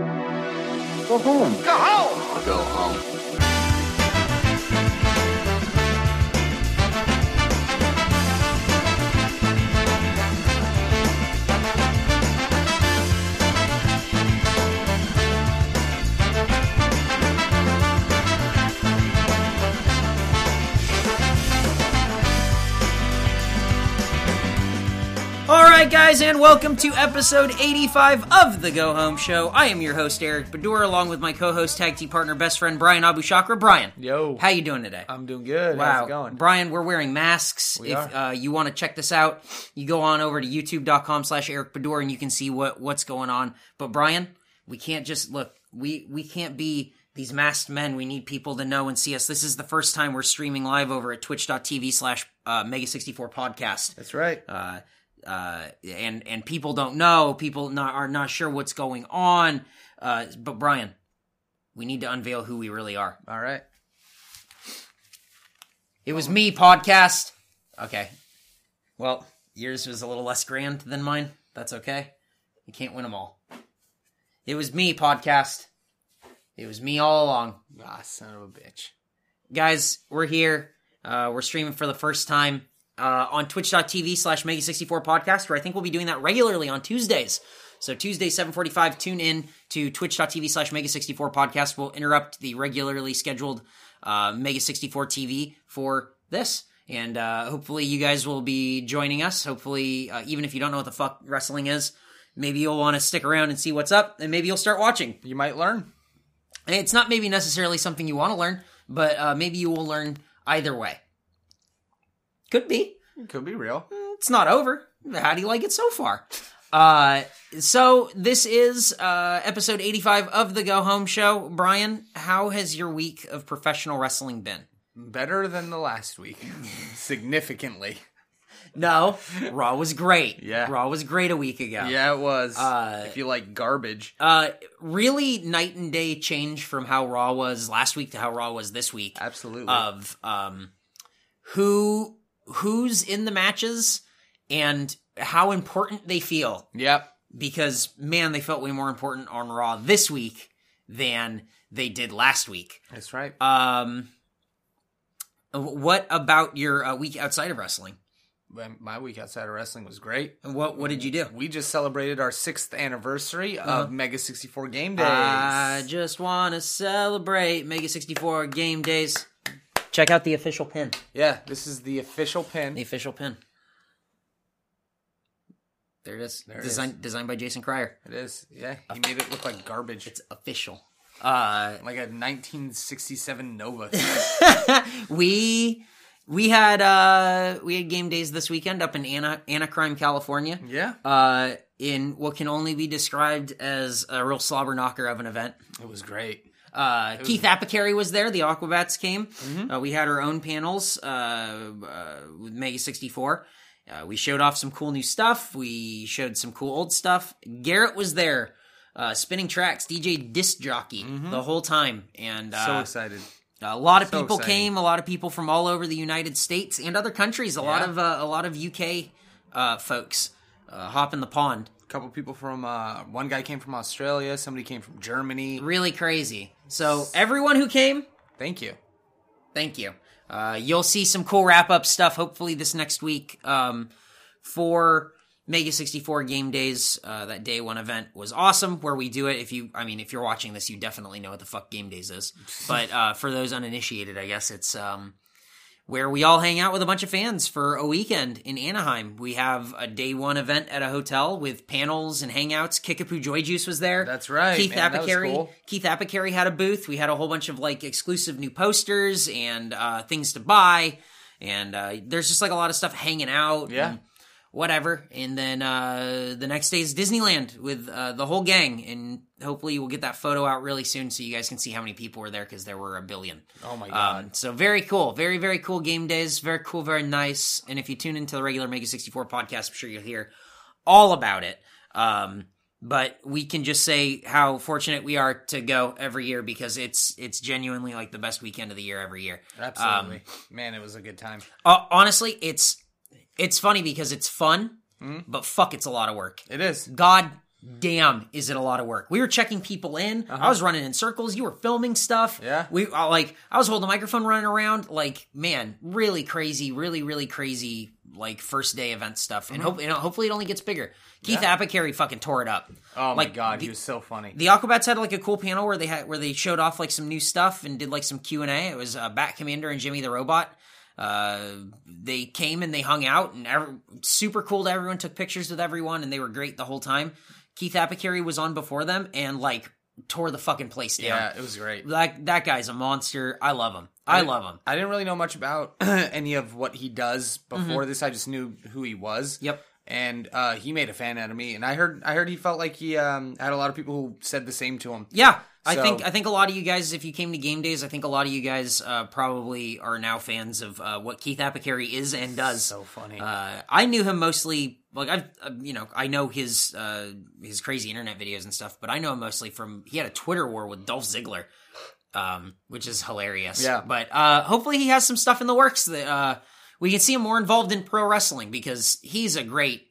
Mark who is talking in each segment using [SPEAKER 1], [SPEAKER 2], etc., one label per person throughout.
[SPEAKER 1] Go home.
[SPEAKER 2] Go home!
[SPEAKER 1] Go home.
[SPEAKER 3] All right, guys, and welcome to episode 85 of The Go Home Show. I am your host, Eric Bedour, along with my co-host, tag team partner, best friend, Brian Abushakra. Brian,
[SPEAKER 4] Yo.
[SPEAKER 3] how you doing today?
[SPEAKER 4] I'm doing good.
[SPEAKER 3] wow.
[SPEAKER 4] How's it going?
[SPEAKER 3] Brian, we're wearing masks. if
[SPEAKER 4] are.
[SPEAKER 3] Uh, you want to check this out, you go on over to youtube.com slash Eric Bedour and you can see what, what's going on. But Brian, we can't just look, we, we can't be these masked men. We need people to know and see us. This is the first time we're streaming live over at twitch.tv slash uh, Mega64 podcast
[SPEAKER 4] That's right.
[SPEAKER 3] uh, uh, and and people don't know. People not, are not sure what's going on. Uh, but Brian, we need to unveil who we really are.
[SPEAKER 4] All right.
[SPEAKER 3] It was me podcast. Okay. Well, yours was a little less grand than mine. That's okay. You can't win them all. It was me podcast. It was me all along.
[SPEAKER 4] Ah, son of a bitch.
[SPEAKER 3] guys we're here uh, we're streaming for the first time uh, on twitch.tv slash mega64 podcast where i think we'll be doing that regularly on tuesdays so tuesday 7.45 tune in to twitch.tv slash mega64 podcast we'll interrupt the regularly scheduled uh, mega64 tv for this and uh, hopefully you guys will be joining us hopefully uh, even if you don't know what the fuck wrestling is maybe you'll want to stick around and see what's up and maybe you'll start watching
[SPEAKER 4] You might learn.
[SPEAKER 3] and it's not maybe necessarily something you want to learn, but uh, maybe you will learn either way. Could be.
[SPEAKER 4] Could be real.
[SPEAKER 3] It's not over. How do you like it so far? Uh, so this is uh, episode 85 of the Go Home Show. Brian, how has your week of professional wrestling been?
[SPEAKER 4] Better than the last week. Significantly.
[SPEAKER 3] No, Raw was great.
[SPEAKER 4] Yeah.
[SPEAKER 3] Raw was great a week ago.
[SPEAKER 4] Yeah, Uh, it was. if you like garbage.
[SPEAKER 3] Uh, really night and day change from how Raw was last week to how Raw was this week.
[SPEAKER 4] Absolutely.
[SPEAKER 3] of um who who's in the matches and how important they feel
[SPEAKER 4] yep.
[SPEAKER 3] because man they felt way more important on raw this week than they did last week
[SPEAKER 4] That's right.
[SPEAKER 3] um what about your uh, week outside of wrestling
[SPEAKER 4] Well, My week outside of wrestling was great.
[SPEAKER 3] what what did you do
[SPEAKER 4] We just celebrated our sixth anniversary of Mega 64 Game Days. Uh,
[SPEAKER 3] i just want to celebrate mega 64 game days check out the official pin
[SPEAKER 4] yeah, this is the official pin.
[SPEAKER 3] the official pin there it is
[SPEAKER 4] it
[SPEAKER 3] designed designed by jason cryer
[SPEAKER 4] it is. Yeah, he made it look like garbage.
[SPEAKER 3] It's official. Uh,
[SPEAKER 4] like a 1967 Nova.
[SPEAKER 3] we we had uh, we had game days this weekend up in Ana- Anaheim, California.
[SPEAKER 4] yeah.
[SPEAKER 3] Uh, in what can only be described as a real slobber knocker of an event.
[SPEAKER 4] It was great.
[SPEAKER 3] Uh, Keith Apicary was there. The Aquabats came.
[SPEAKER 4] Mm-hmm.
[SPEAKER 3] Uh, we had our own panels uh, uh, with Mega 64. Uh, we showed off some cool new stuff. We showed some cool old stuff. Garrett was there, uh, spinning tracks, DJ disc jockey the whole time, and uh,
[SPEAKER 4] Mm-hmm. So excited.
[SPEAKER 3] A lot of
[SPEAKER 4] So
[SPEAKER 3] people
[SPEAKER 4] exciting.
[SPEAKER 3] came. A lot of people from all over the United States and other countries. A lot of uh, a lot of UK uh, folks uh, hop in the pond.
[SPEAKER 4] couple people from uh one guy came from australia somebody came from germany
[SPEAKER 3] Really crazy. So everyone who came,
[SPEAKER 4] thank you
[SPEAKER 3] thank you. Uh, you'll see some cool wrap up stuff. Hopefully this next week um, for Mega sixty four game days. Uh, that day one event was awesome. Where we do it. If you, I mean, if you're watching this, you definitely know what the fuck game days is. but uh, for those uninitiated, I guess it's. Um, where we all hang out with a bunch of fans for a weekend in Anaheim. We have a day one event at a hotel with panels and hangouts. Kickapoo Joy Juice was there.
[SPEAKER 4] That's right,
[SPEAKER 3] Keith
[SPEAKER 4] man, that was
[SPEAKER 3] Apicary.
[SPEAKER 4] cool.
[SPEAKER 3] Keith Apicary had a booth. We had a whole bunch of like exclusive new posters and uh, things to buy. And uh, there's just like a lot of stuff hanging out.
[SPEAKER 4] Yeah.
[SPEAKER 3] and Whatever, and then uh, the next day is Disneyland with uh, the whole gang, and hopefully we'll get that photo out really soon so you guys can see how many people were there because there were a billion.
[SPEAKER 4] oh my god
[SPEAKER 3] Um, so very cool, very very cool game days. Very cool, very nice. And if you tune into the regular Mega sixty four podcast, I'm sure you'll hear all about it. Um, but we can just say how fortunate we are to go every year because it's it's genuinely like the best weekend of the year every year.
[SPEAKER 4] absolutely man it was a good time
[SPEAKER 3] Uh, honestly, it's it's funny because it's fun, but fuck, it's a lot of work.
[SPEAKER 4] it is
[SPEAKER 3] God damn is it a lot of work we were checking people in i was running in circles you were filming stuff
[SPEAKER 4] Yeah.
[SPEAKER 3] we I, like i was holding the microphone running around like man really crazy really really crazy like first day event stuff and hope and hopefully it only gets bigger keith apicary fucking tore it up
[SPEAKER 4] Oh my
[SPEAKER 3] Like,
[SPEAKER 4] god,
[SPEAKER 3] the-
[SPEAKER 4] he was so funny.
[SPEAKER 3] the Aquabats had like a cool panel where they had where they showed off like some new stuff and did like some Q and A. It was uh, Bat Commander and Jimmy the Robot. Uh, they came and they hung out and every, super cool. To everyone took pictures with everyone and they were great the whole time. Keith Apicary was on before them and like tore the fucking place down.
[SPEAKER 4] yeah, it was great.
[SPEAKER 3] Like that guy's a monster. I love him. I love him.
[SPEAKER 4] I didn't really know much about any of what he does before this. I just knew who he was.
[SPEAKER 3] Yep.
[SPEAKER 4] And uh, he made a fan out of me. And I heard, I heard he felt like he um, had a lot of people who said the same to him.
[SPEAKER 3] Yeah, I
[SPEAKER 4] So-
[SPEAKER 3] think I think a lot of you guys, if you came to game days, I think a lot of you guys uh, probably are now fans of uh, what Keith Apicary is and does.
[SPEAKER 4] So funny.
[SPEAKER 3] Uh, I knew him mostly like I've uh, you know I know his uh, his crazy internet videos and stuff, but I know him mostly from he had a Twitter war with Dolph Ziggler, um, which is hilarious.
[SPEAKER 4] Yeah.
[SPEAKER 3] But uh, hopefully he has some stuff in the works that uh, we can see him more involved in pro wrestling because he's a great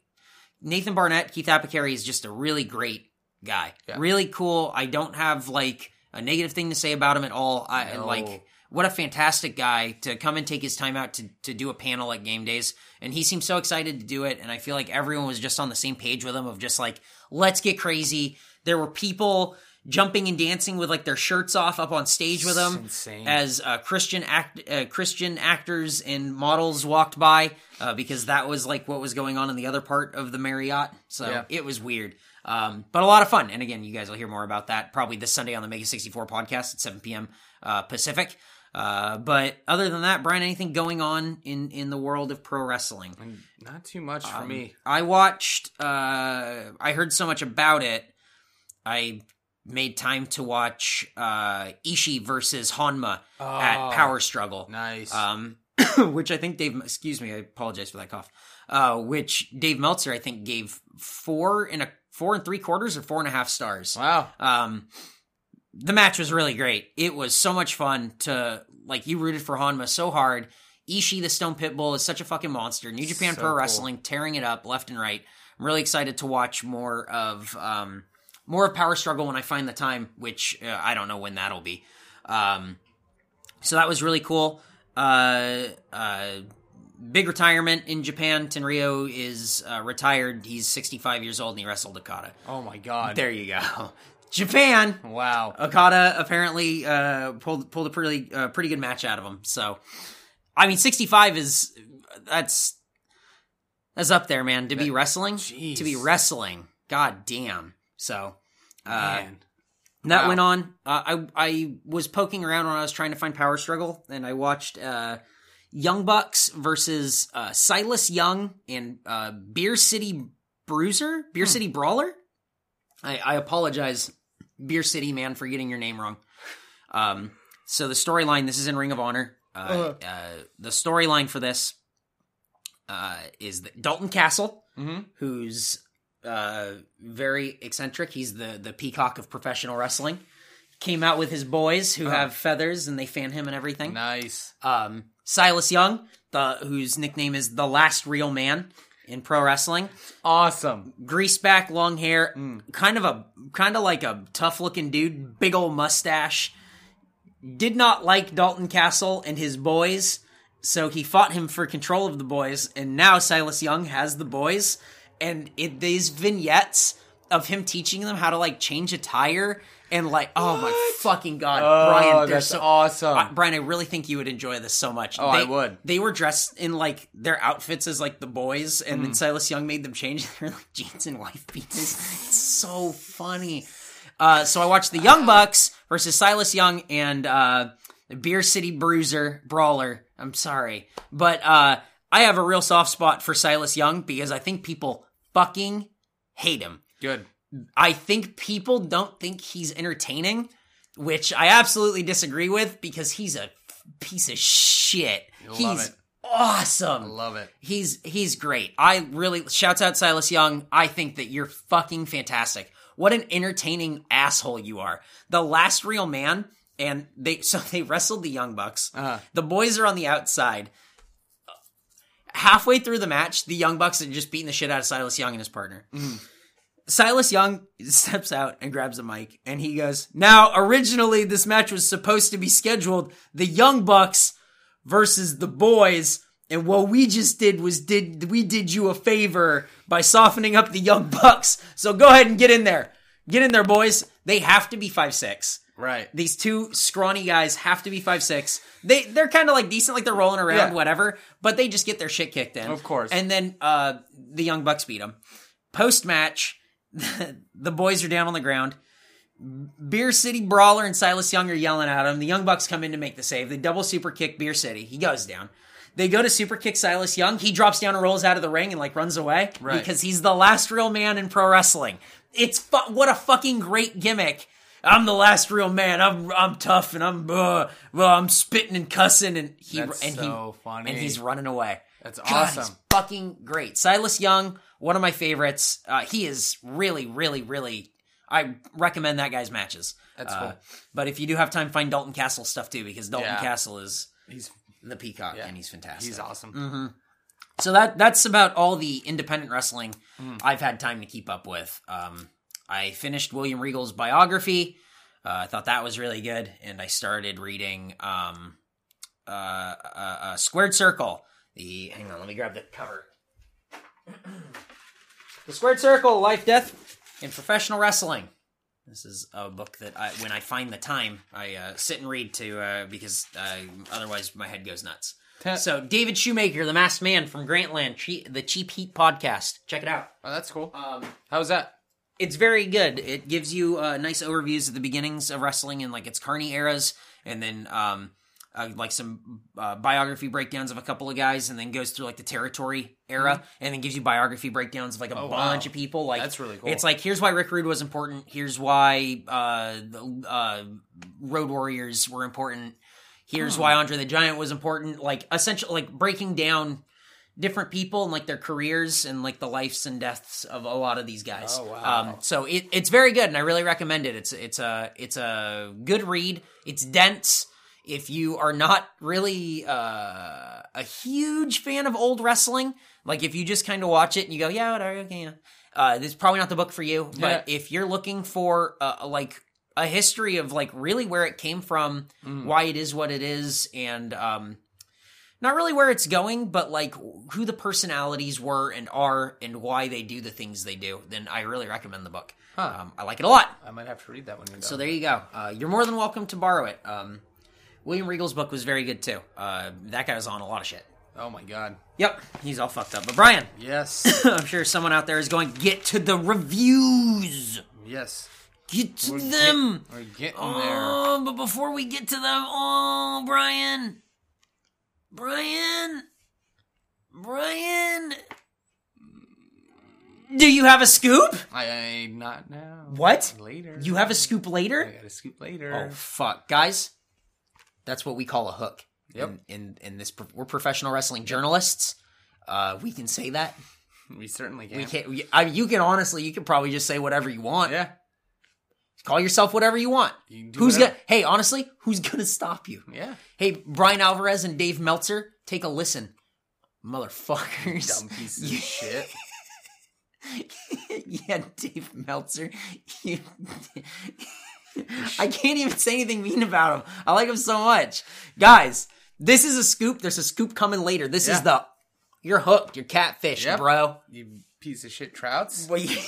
[SPEAKER 3] Nathan Barnett, Keith Apicary is just a really great guy,
[SPEAKER 4] Yeah.
[SPEAKER 3] really cool. I don't have like a negative thing to say about him at all. I
[SPEAKER 4] No.
[SPEAKER 3] like what a fantastic guy to come and take his time out to, to do a panel at game days and he seemed so excited to do it and i feel like everyone was just on the same page with him of just like let's get crazy there were people jumping and dancing with like their shirts off up on stage with him
[SPEAKER 4] insane.
[SPEAKER 3] as uh, christian act uh, christian actors and models walked by uh, because that was like what was going on in the other part of the marriott so
[SPEAKER 4] Yeah.
[SPEAKER 3] it was weird um, but a lot of fun and again you guys will hear more about that probably this sunday on the mega 64 podcast at 7 p.m uh, pacific uh, but other than that brian anything going on in in the world of pro wrestling Um,
[SPEAKER 4] Not too much for me.
[SPEAKER 3] I watched. Uh, I heard so much about it. I made time to watch uh, Ishii versus Honma
[SPEAKER 4] Oh.
[SPEAKER 3] at Power Struggle,
[SPEAKER 4] Nice.
[SPEAKER 3] um, which I think Dave. Excuse me. I apologize for that cough. Uh, which Dave Meltzer I think gave four and a four and three quarters or four and a half stars.
[SPEAKER 4] wow.
[SPEAKER 3] Um, the match was really great. It was so much fun to like. You rooted for Hanma so hard. Ishii, the Stone Pitbull, is such a fucking monster. New Japan
[SPEAKER 4] So
[SPEAKER 3] Pro
[SPEAKER 4] cool.
[SPEAKER 3] Wrestling tearing it up left and right. I'm really excited to watch more of um, more of Power Struggle when I find the time, which uh, I don't know when that'll be. Um, so that was really cool. Uh, uh, big retirement in Japan. Tenryo is uh, retired. He's 65 years old and he wrestled Okada.
[SPEAKER 4] Oh my god.
[SPEAKER 3] There you go. Japan.
[SPEAKER 4] Wow.
[SPEAKER 3] Okada apparently uh, pulled pulled a pretty uh, pretty good match out of him. So, I mean, sixty five is that's that's up there, man. To be wrestling,
[SPEAKER 4] Jeez.
[SPEAKER 3] to be wrestling, god damn. So, uh,
[SPEAKER 4] Man.
[SPEAKER 3] that
[SPEAKER 4] Wow.
[SPEAKER 3] went on. Uh, I I was poking around when I was trying to find Power Struggle, and I watched uh, Young Bucks versus uh, Silas Young and uh, Beer City Bruiser, Beer City Brawler. I, I apologize, Beer City man, for getting your name wrong. Um, so the storyline. This is in Ring of Honor. Uh, uh the storyline for this uh, is that Dalton Castle,
[SPEAKER 4] Mm-hmm.
[SPEAKER 3] who's uh, very eccentric. He's the the peacock of professional wrestling. Came out with his boys who have feathers and they fan him and everything.
[SPEAKER 4] Nice.
[SPEAKER 3] Um, Silas Young, the whose nickname is the last real man in pro wrestling.
[SPEAKER 4] Awesome.
[SPEAKER 3] Grease back, long hair,
[SPEAKER 4] Mm.
[SPEAKER 3] kind of a kind of like a tough looking dude, big old mustache. Did not like Dalton Castle and his boys, so he fought him for control of the boys, and now Silas Young has the boys, and it these vignettes of him teaching them how to like change a tire and like oh my fucking god,
[SPEAKER 4] oh,
[SPEAKER 3] Brian, they're
[SPEAKER 4] that's
[SPEAKER 3] so
[SPEAKER 4] awesome.
[SPEAKER 3] I- Brian, I really think you would enjoy this so much. Oh,
[SPEAKER 4] I would.
[SPEAKER 3] They were dressed in like their outfits as like the boys, and then Silas Young made them change. They're like jeans and wife beaters. it's so funny. Uh, so I watched the Young Bucks versus Silas Young and uh, the Beer City Bruiser Brawler. I'm sorry, but uh, I have a real soft spot for Silas Young because I think people fucking hate him.
[SPEAKER 4] Good.
[SPEAKER 3] I think people don't think he's entertaining, which I absolutely disagree with because he's a f- piece of shit. he's
[SPEAKER 4] it.
[SPEAKER 3] awesome.
[SPEAKER 4] Love it.
[SPEAKER 3] He's he's great. I really shouts out Silas Young. I think that you're fucking fantastic. What an entertaining asshole you are. The last real man and they so they wrestled the Young Bucks.
[SPEAKER 4] Uh-huh.
[SPEAKER 3] The boys are on the outside. Halfway through the match, the Young Bucks had just beaten the shit out of Silas Young and his partner. Silas Young steps out and grabs a mic and he goes, Now, originally, this match was supposed to be scheduled the Young Bucks versus the Boys. And what we just did was did we did you a favor by softening up the Young Bucks. So go ahead and get in there. Get in there, boys. They have to be five six.
[SPEAKER 4] Right.
[SPEAKER 3] These two scrawny guys have to be five six. They they're kind of like decent, like they're rolling around,
[SPEAKER 4] Yeah.
[SPEAKER 3] whatever. But they just get their shit kicked in,
[SPEAKER 4] Of course.
[SPEAKER 3] And then uh, the young bucks beat them. Post match, the boys are down on the ground. Beer City Brawler and Silas Young are yelling at him. The Young Bucks come in to make the save. They double super kick Beer City. He goes down. They go to super kick Silas Young. He drops down and rolls out of the ring and like runs away
[SPEAKER 4] Right.
[SPEAKER 3] because he's the last real man in pro wrestling. It's fu- what a fucking great gimmick. I'm the last real man. I'm I'm tough and I'm uh, well I'm spitting and cussing and he
[SPEAKER 4] That's
[SPEAKER 3] and
[SPEAKER 4] so
[SPEAKER 3] he
[SPEAKER 4] funny.
[SPEAKER 3] and he's running away.
[SPEAKER 4] That's
[SPEAKER 3] God, he's
[SPEAKER 4] awesome.
[SPEAKER 3] fucking great. Silas Young, one of my favorites. Uh, he is really, really, really. I recommend that guy's matches.
[SPEAKER 4] That's
[SPEAKER 3] Uh,
[SPEAKER 4] cool.
[SPEAKER 3] But if you do have time, find Dalton Castle stuff too, because Dalton
[SPEAKER 4] Yeah.
[SPEAKER 3] Castle is
[SPEAKER 4] He's
[SPEAKER 3] the peacock
[SPEAKER 4] yeah.
[SPEAKER 3] and he's fantastic.
[SPEAKER 4] He's awesome.
[SPEAKER 3] So that that's about all the independent wrestling I've had time to keep up with. Um, I finished William Regal's biography. Uh, I thought that was really good, and I started reading um, uh, uh, uh, Squared Circle. The hang on, let me grab the cover. the Squared Circle: Life, Death, and Professional Wrestling. This is a book that I, when I find the time, I uh, sit and read to uh, because uh, otherwise my head goes nuts.
[SPEAKER 4] Ten-
[SPEAKER 3] So David Shoemaker, the masked man from Grantland, che- the Cheap Heat podcast. Check it out.
[SPEAKER 4] Oh, that's cool.
[SPEAKER 3] Um,
[SPEAKER 4] How's that?
[SPEAKER 3] it's very good. It gives you uh, nice overviews of the beginnings of wrestling and like its Carney eras, and then um, uh, like some uh, biography breakdowns of a couple of guys, and then goes through like the territory era, and then gives you biography breakdowns of like a
[SPEAKER 4] Mm-hmm. Oh,
[SPEAKER 3] bunch
[SPEAKER 4] wow.
[SPEAKER 3] of people. Like
[SPEAKER 4] That's really cool.
[SPEAKER 3] It's like here's why Rick Rude was important. Here's why uh, the, uh, Road Warriors were important. Here's why Andre the Giant was important. Like essential, like breaking down different people and like their careers and like the lives and deaths of a lot of these guys.
[SPEAKER 4] Oh, wow.
[SPEAKER 3] Um, so it, it's very good, and I really recommend it. It's it's a it's a good read. It's dense. If you are not really uh, a huge fan of old wrestling, like if you just kind of watch it and you go, yeah, whatever, okay, yeah, uh, this is probably not the book for you.
[SPEAKER 4] Yeah.
[SPEAKER 3] But if you're looking for uh, like a history of like really where it came from,
[SPEAKER 4] Mm.
[SPEAKER 3] why it is what it is, and um, not really where it's going, but like who the personalities were and are and why they do the things they do, then I really recommend the book. Um, I like it a lot.
[SPEAKER 4] I might have to read that one.
[SPEAKER 3] So there you go. Uh, you're more than welcome to borrow it. Um, William Regal's book was very good too. Uh, that guy was on a lot of shit.
[SPEAKER 4] Oh my god.
[SPEAKER 3] Yep, he's all fucked up. But Brian,
[SPEAKER 4] Yes.
[SPEAKER 3] I'm sure someone out there is going, get to the reviews!
[SPEAKER 4] yes.
[SPEAKER 3] Get to
[SPEAKER 4] We're get-
[SPEAKER 3] them!
[SPEAKER 4] We're getting there.
[SPEAKER 3] Oh, but before we get to them, oh, Brian, Brian, Brian, do you have a scoop?
[SPEAKER 4] I, I not now.
[SPEAKER 3] What?
[SPEAKER 4] Later.
[SPEAKER 3] You have a scoop
[SPEAKER 4] I
[SPEAKER 3] later?
[SPEAKER 4] got to scoop later.
[SPEAKER 3] Oh fuck, guys, that's what we call a hook.
[SPEAKER 4] Yep.
[SPEAKER 3] In in, in this, pro- we're professional wrestling journalists. Uh, we can say that.
[SPEAKER 4] Oh. We certainly can.
[SPEAKER 3] We can't. We, I, you can honestly, you can probably just say whatever you want.
[SPEAKER 4] Yeah.
[SPEAKER 3] Call yourself whatever you want.
[SPEAKER 4] You can do
[SPEAKER 3] who's
[SPEAKER 4] whatever.
[SPEAKER 3] gonna? Hey, honestly, who's gonna stop you?
[SPEAKER 4] Yeah.
[SPEAKER 3] Hey, Brian Alvarez and Dave Meltzer, take a listen. Motherfuckers.
[SPEAKER 4] Dumb pieces of shit.
[SPEAKER 3] yeah, Dave Meltzer. You... I can't even say anything mean about him. I like him so much. Guys, this is a scoop. There's a scoop coming later. This
[SPEAKER 4] Yeah.
[SPEAKER 3] is the. You're hooked. You're catfished,
[SPEAKER 4] Yep.
[SPEAKER 3] bro.
[SPEAKER 4] You piece of shit trouts.
[SPEAKER 3] Well, you-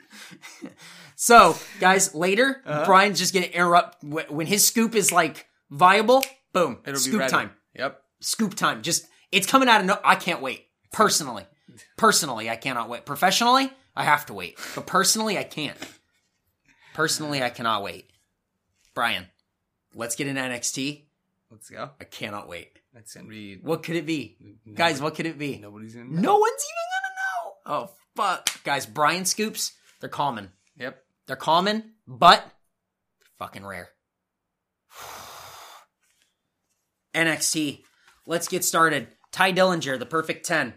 [SPEAKER 3] so, guys, later,
[SPEAKER 4] Uh-huh.
[SPEAKER 3] Brian's just going to interrupt wh- when his scoop is like viable. Boom.
[SPEAKER 4] It'll
[SPEAKER 3] scoop
[SPEAKER 4] be ready.
[SPEAKER 3] time.
[SPEAKER 4] Yep.
[SPEAKER 3] scoop time. Just it's coming out of no. I can't wait. Personally, personally, I cannot wait. Professionally, I have to wait, but personally, I can't. Personally, I cannot wait. Brian, let's get into NXT.
[SPEAKER 4] Let's go.
[SPEAKER 3] I cannot wait.
[SPEAKER 4] That's gonna be.
[SPEAKER 3] What could it be, guys? What could it be?
[SPEAKER 4] Nobody's gonna. Know.
[SPEAKER 3] No one's even gonna know. Oh fuck, guys! Brian scoops. They're common.
[SPEAKER 4] Yep.
[SPEAKER 3] They're common, but fucking rare. NXT. Let's get started. Ty Dillinger, the perfect 10.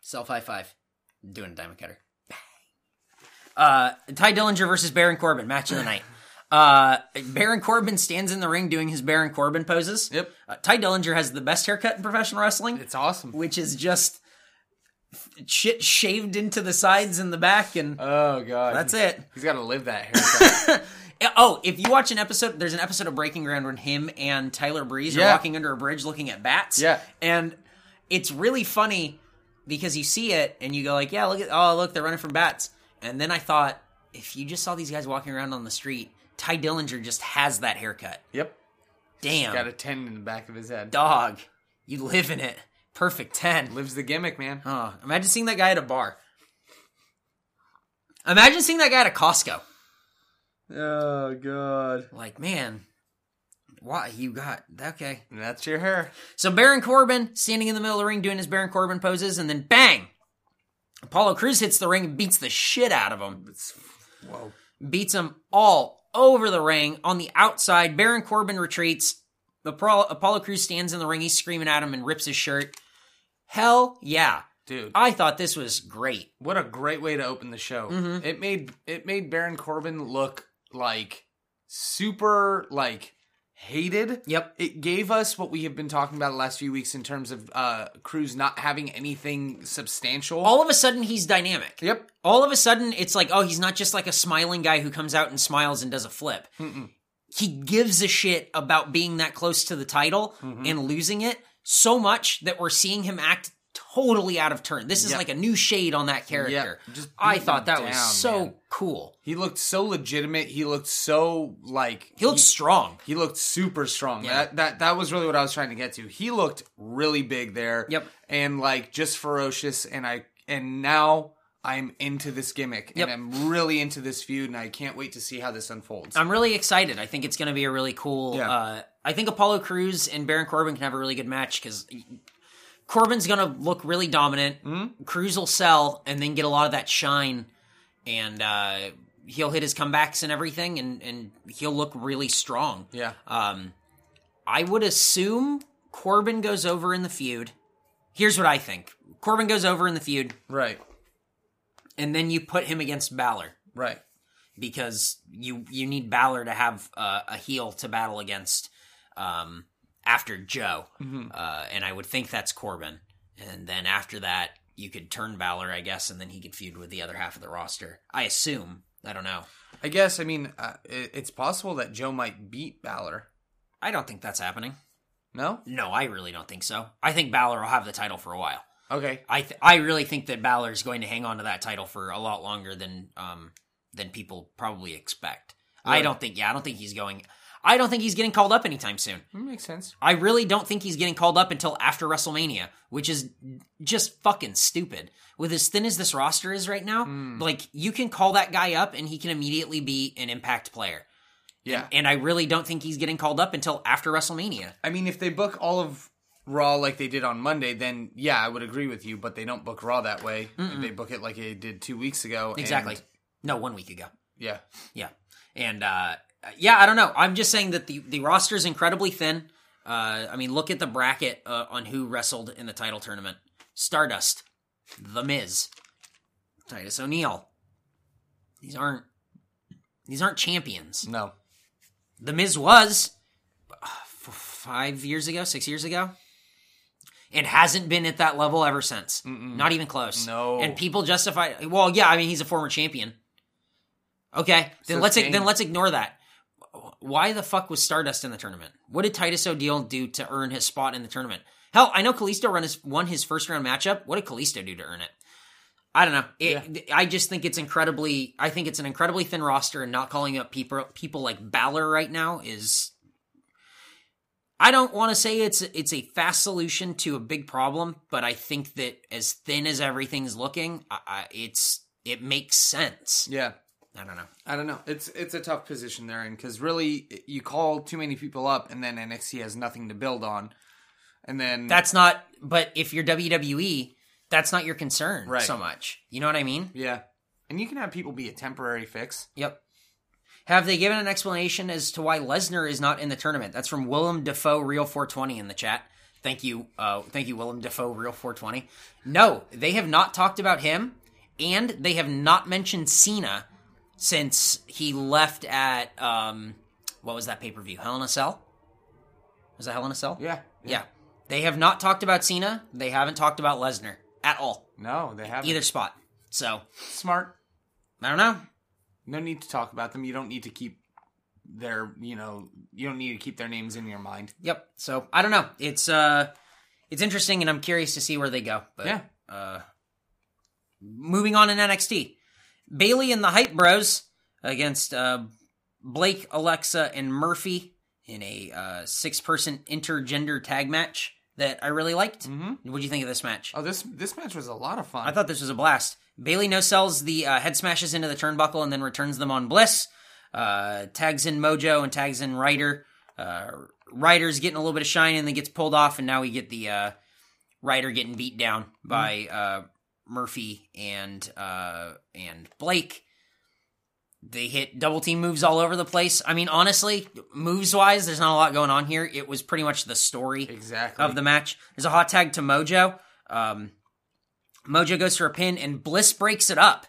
[SPEAKER 3] Self high five. I'm doing a diamond cutter. Uh, Ty Dillinger versus Baron Corbin, match of the night. Uh, Baron Corbin stands in the ring doing his Baron Corbin poses.
[SPEAKER 4] Yep.
[SPEAKER 3] Uh, Ty Dillinger has the best haircut in professional wrestling
[SPEAKER 4] It's awesome.
[SPEAKER 3] which is just shit shaved into the sides and the back, and
[SPEAKER 4] Oh god,
[SPEAKER 3] that's it.
[SPEAKER 4] He's got to live that haircut.
[SPEAKER 3] Oh, if you watch an episode, there's an episode of Breaking Ground when him and Tyler Breeze are
[SPEAKER 4] Yeah.
[SPEAKER 3] walking under a bridge looking at bats.
[SPEAKER 4] Yeah.
[SPEAKER 3] and it's really funny because you see it and you go like, "Yeah, look at oh look, they're running from bats." And then I thought, if you just saw these guys walking around on the street, Ty Dillinger just has that haircut.
[SPEAKER 4] yep,
[SPEAKER 3] Damn,
[SPEAKER 4] got a ten in the back of his head.
[SPEAKER 3] dog, you live in it. Perfect ten.
[SPEAKER 4] Lives the gimmick, man.
[SPEAKER 3] Oh, imagine seeing that guy at a bar. Imagine seeing that guy at a Costco.
[SPEAKER 4] Oh god,
[SPEAKER 3] Like, man, why you got okay?
[SPEAKER 4] that's your hair.
[SPEAKER 3] So Baron Corbin standing in the middle of the ring doing his Baron Corbin poses, and then bang! Apollo Cruz hits the ring and beats the shit out of him.
[SPEAKER 4] Whoa.
[SPEAKER 3] Beats him all over the ring. On the outside, Baron Corbin retreats. The Pro- Apollo Cruz stands in the ring. He's screaming at him and rips his shirt. Hell yeah.
[SPEAKER 4] Dude,
[SPEAKER 3] I thought this was great.
[SPEAKER 4] what a great way to open the show. It made it made Baron Corbin look like super like hated.
[SPEAKER 3] Yep.
[SPEAKER 4] It gave us what we have been talking about the last few weeks in terms of uh Cruz not having anything substantial.
[SPEAKER 3] All of a sudden, he's dynamic.
[SPEAKER 4] yep.
[SPEAKER 3] all of a sudden it's like oh he's not just like a smiling guy who comes out and smiles and does a flip he gives a shit about being that close to the title
[SPEAKER 4] Mm-hmm.
[SPEAKER 3] and losing it so much that we're seeing him act totally out of turn this is
[SPEAKER 4] Yep.
[SPEAKER 3] like a new shade on that character
[SPEAKER 4] Yep. Just
[SPEAKER 3] i
[SPEAKER 4] beat
[SPEAKER 3] thought
[SPEAKER 4] him
[SPEAKER 3] that was
[SPEAKER 4] down,
[SPEAKER 3] so
[SPEAKER 4] man.
[SPEAKER 3] cool
[SPEAKER 4] He looked so legitimate. He looked so like
[SPEAKER 3] he looked strong
[SPEAKER 4] He looked super strong.
[SPEAKER 3] Yeah.
[SPEAKER 4] That that that was really what I was trying to get to. He looked really big there.
[SPEAKER 3] Yep.
[SPEAKER 4] And like just ferocious and I and now I'm into this gimmick
[SPEAKER 3] Yep.
[SPEAKER 4] and I'm really into this feud and I can't wait to see how this unfolds.
[SPEAKER 3] i'm really excited i think it's going to be a really cool
[SPEAKER 4] Yeah.
[SPEAKER 3] uh, i think apollo cruz and baron corbin can have a really good match because Corbin's gonna look really dominant. Cruz will sell and then get a lot of that shine, and uh, he'll hit his comebacks and everything, and and he'll look really strong.
[SPEAKER 4] yeah.
[SPEAKER 3] Um, I would assume Corbin goes over in the feud. Here's what I think: Corbin goes over in the feud,
[SPEAKER 4] Right.
[SPEAKER 3] and then you put him against Balor
[SPEAKER 4] Right.
[SPEAKER 3] because you you need Balor to have uh, a heel to battle against um, after Joe,
[SPEAKER 4] Mm-hmm.
[SPEAKER 3] uh, and I would think that's Corbin, and then after that you could turn Balor, I guess, and then he could feud with the other half of the roster. I assume. I don't know.
[SPEAKER 4] I guess I mean uh, it, it's possible that Joe might beat Balor.
[SPEAKER 3] I don't think that's happening.
[SPEAKER 4] No?
[SPEAKER 3] No, I really don't think so. I think Balor will have the title for a while.
[SPEAKER 4] Okay.
[SPEAKER 3] I th- I really think that Balor is going to hang on to that title for a lot longer than um than people probably expect. I
[SPEAKER 4] Really?
[SPEAKER 3] don't think. Yeah, I don't think he's going. I don't think he's getting called up anytime soon.
[SPEAKER 4] That makes sense.
[SPEAKER 3] I really don't think he's getting called up until after WrestleMania, which is just fucking stupid. With as thin as this roster is right now,
[SPEAKER 4] Hmm. Mm.
[SPEAKER 3] like you can call that guy up and he can immediately be an impact player.
[SPEAKER 4] Yeah.
[SPEAKER 3] And I really don't think he's getting called up until after WrestleMania.
[SPEAKER 4] I mean if they book all of Raw like they did on Monday, then yeah, I would agree with you, but they don't book Raw that way. They book it like they did 2 weeks ago. and-
[SPEAKER 3] Exactly. No, one week ago.
[SPEAKER 4] yeah.
[SPEAKER 3] Yeah. And uh yeah, I don't know. I'm just saying that the the roster is incredibly thin. Uh I mean, look at the bracket uh, on who wrestled in the title tournament. Stardust, The Miz, Titus O'Neil. These aren't these aren't champions.
[SPEAKER 4] No.
[SPEAKER 3] The Miz was uh, f- 5 years ago, 6 years ago. And hasn't been at that level ever since. Not even close.
[SPEAKER 4] No.
[SPEAKER 3] And people justify. Well, yeah, I mean he's a former champion. Okay, then
[SPEAKER 4] So
[SPEAKER 3] let's
[SPEAKER 4] Kane-
[SPEAKER 3] then let's ignore that. Why the fuck was Stardust in the tournament? What did Titus O'Deal do to earn his spot in the tournament? Hell, I know Kalisto run his, won his first round matchup. What did Kalisto do to earn it? I don't know. It, I just think it's incredibly. I think it's an incredibly thin roster, and not calling up people people like Balor right now is I don't want to say it's it's a fast solution to a big problem, but I think that as thin as everything's looking, I, I, it's it makes sense.
[SPEAKER 4] Yeah.
[SPEAKER 3] I don't know.
[SPEAKER 4] I don't know. It's it's a tough position they're in because really you call too many people up and then NXT has nothing to build on, and then
[SPEAKER 3] That's not. But if you're WWE, that's not your concern
[SPEAKER 4] Right.
[SPEAKER 3] so much. You know what I mean?
[SPEAKER 4] yeah, and you can have people be a temporary fix.
[SPEAKER 3] Yep. Have they given an explanation as to why Lesnar is not in the tournament? That's from Willem Defoe, Real 420 in the chat. Thank you, uh, thank you, Willem Defoe, Real 420. No, they have not talked about him, and they have not mentioned Cena since he left at um, what was that pay per view? Hell in a Cell. Was that Hell in a Cell?
[SPEAKER 4] Yeah,
[SPEAKER 3] Yeah. They have not talked about Cena. They haven't talked about Lesnar. at all,
[SPEAKER 4] No, they haven't.
[SPEAKER 3] either spot. So
[SPEAKER 4] Smart.
[SPEAKER 3] I don't know.
[SPEAKER 4] No need to talk about them. You don't need to keep their, you know, you don't need to keep their names in your mind.
[SPEAKER 3] Yep. So I don't know. It's uh, it's interesting, and I'm curious to see where they go. But
[SPEAKER 4] Yeah.
[SPEAKER 3] Uh, moving on in NXT, Bailey and the Hype Bros against uh, Blake, Alexa, and Murphy in a uh, six-person intergender tag match that I really liked.
[SPEAKER 4] Mm.
[SPEAKER 3] Mm-hmm. What do you think of this match?
[SPEAKER 4] Oh, this this match was a lot of fun.
[SPEAKER 3] I thought this was a blast. Bailey no sells the uh, head smashes into the turnbuckle and then returns them on Bliss. Uh, tags in Mojo and tags in Ryder. Uh, Ryder's getting a little bit of shine and then gets pulled off, and now we get the uh, Ryder getting beat down by uh, Murphy and uh, and Blake. They hit double team moves all over the place. I mean, honestly, moves wise, there's not a lot going on here. It was pretty much the story
[SPEAKER 4] exactly.
[SPEAKER 3] of the match. There's a hot tag to Mojo. Um, Mojo goes for a pin, and Bliss breaks it up.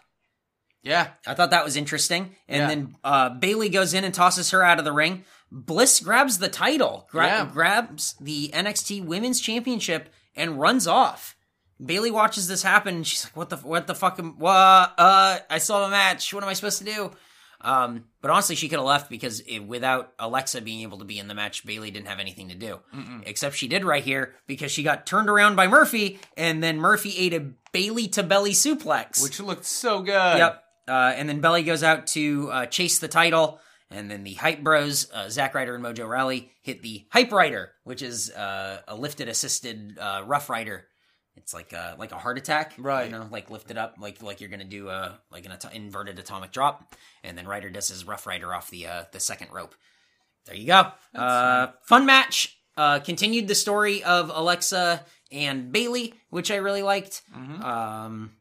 [SPEAKER 4] yeah.
[SPEAKER 3] I thought that was interesting. And
[SPEAKER 4] Yeah.
[SPEAKER 3] then uh, Bailey goes in and tosses her out of the ring. Bliss grabs the title, gra-
[SPEAKER 4] Yeah.
[SPEAKER 3] grabs the NXT Women's Championship, and runs off. Bailey watches this happen. And she's like, "What the what the fuck? Am, what? Uh, I saw the match. What am I supposed to do?" Um, but honestly, she could have left because it, without Alexa being able to be in the match, Bailey didn't have anything to do. Except she did right here because she got turned around by Murphy, and then Murphy ate a Bailey to belly suplex.
[SPEAKER 4] Which looked so good.
[SPEAKER 3] Yep. Uh, and then Belly goes out to uh, chase the title. And then the Hype Bros, uh, Zack Ryder and Mojo Rally, hit the Hype Rider, which is uh, a lifted assisted uh, Rough Rider. It's like a, like a heart attack,
[SPEAKER 4] Right.
[SPEAKER 3] You know, like lifted up, like like you're gonna do a like an ato- inverted atomic drop, and then Ryder does his Rough Rider off the uh, the second rope. There you go. Uh, fun match. Uh, continued the story of Alexa and Bailey, which I really liked.
[SPEAKER 4] Mm-hmm.
[SPEAKER 3] Um,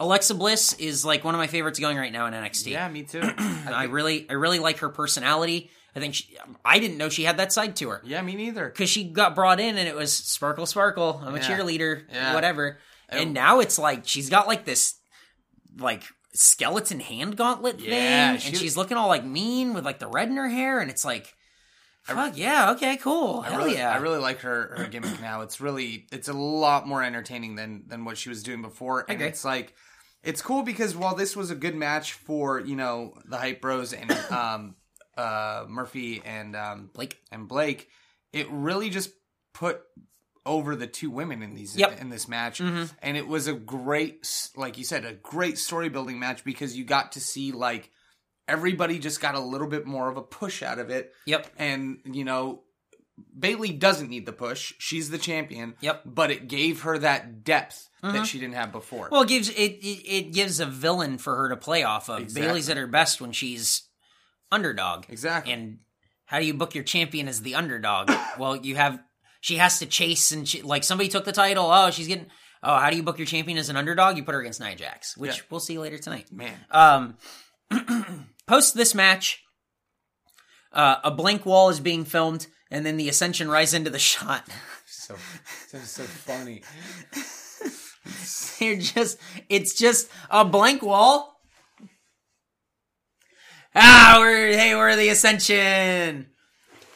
[SPEAKER 3] Alexa Bliss is like one of my favorites going right now in NXT.
[SPEAKER 4] Yeah, me too. I-
[SPEAKER 3] I really, I really like her personality. I think she, I didn't know she had that side to her
[SPEAKER 4] yeah, me neither.
[SPEAKER 3] because she got brought in and it was sparkle, sparkle. I'm a
[SPEAKER 4] Yeah.
[SPEAKER 3] cheerleader,
[SPEAKER 4] Yeah.
[SPEAKER 3] whatever. And now it's like she's got like this, like skeleton hand gauntlet
[SPEAKER 4] Yeah,
[SPEAKER 3] thing,
[SPEAKER 4] she-
[SPEAKER 3] and she's looking all like mean with like the red in her hair, and it's like, fuck yeah, okay, cool,
[SPEAKER 4] I
[SPEAKER 3] Oh, hell
[SPEAKER 4] really,
[SPEAKER 3] yeah,
[SPEAKER 4] I really like her, her gimmick now. It's really, it's a lot more entertaining than than what she was doing before, and
[SPEAKER 3] agree.
[SPEAKER 4] it's like, it's cool because while this was a good match for you know the hype bros and um uh Murphy and um
[SPEAKER 3] like
[SPEAKER 4] and Blake, it really just put over the two women in these
[SPEAKER 3] Yep. Mm-hmm.
[SPEAKER 4] in this match, and it was a great, s- like you said, a great story building match because you got to see like everybody just got a little bit more of a push out of it,
[SPEAKER 3] yep,
[SPEAKER 4] and you know. Bailey doesn't need the push. She's the champion.
[SPEAKER 3] Yep.
[SPEAKER 4] But it gave her that depth that she didn't have before.
[SPEAKER 3] Mm-hmm. Well, it gives it, it it gives a villain for her to play off of.
[SPEAKER 4] Exactly.
[SPEAKER 3] Bailey's at her best when she's underdog.
[SPEAKER 4] exactly.
[SPEAKER 3] And how do you book your champion as the underdog? well, you have she has to chase and she, like somebody took the title. Oh, she's getting. Oh, how do you book your champion as an underdog? You put her against Nia Jax, which
[SPEAKER 4] Yeah.
[SPEAKER 3] we'll see later tonight.
[SPEAKER 4] Man.
[SPEAKER 3] Um, post this match, uh, a blank wall is being filmed, and then the Ascension rise into the shot.
[SPEAKER 4] So, so, so funny.
[SPEAKER 3] They're just it's just a blank wall. Ah, we're hey, we're the Ascension.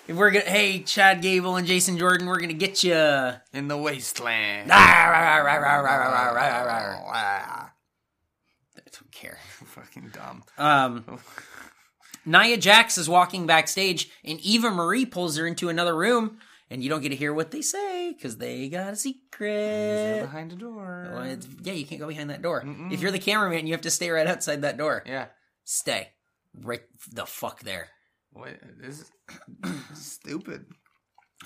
[SPEAKER 3] And We're gonna hey, Chad Gable and Jason Jordan, we're gonna get Ah, you.
[SPEAKER 4] In the wasteland.
[SPEAKER 3] I don't care.
[SPEAKER 4] Fucking dumb.
[SPEAKER 3] Um, Nia Jax is walking backstage, and Eva Marie pulls her into another room, and you don't get to hear what they say because they got a secret.
[SPEAKER 4] Behind a door.
[SPEAKER 3] Well, it's- yeah, you can't go behind that door. If you're the cameraman, you have to stay right outside that door.
[SPEAKER 4] Yeah.
[SPEAKER 3] Stay right the fuck there.
[SPEAKER 4] What this is stupid.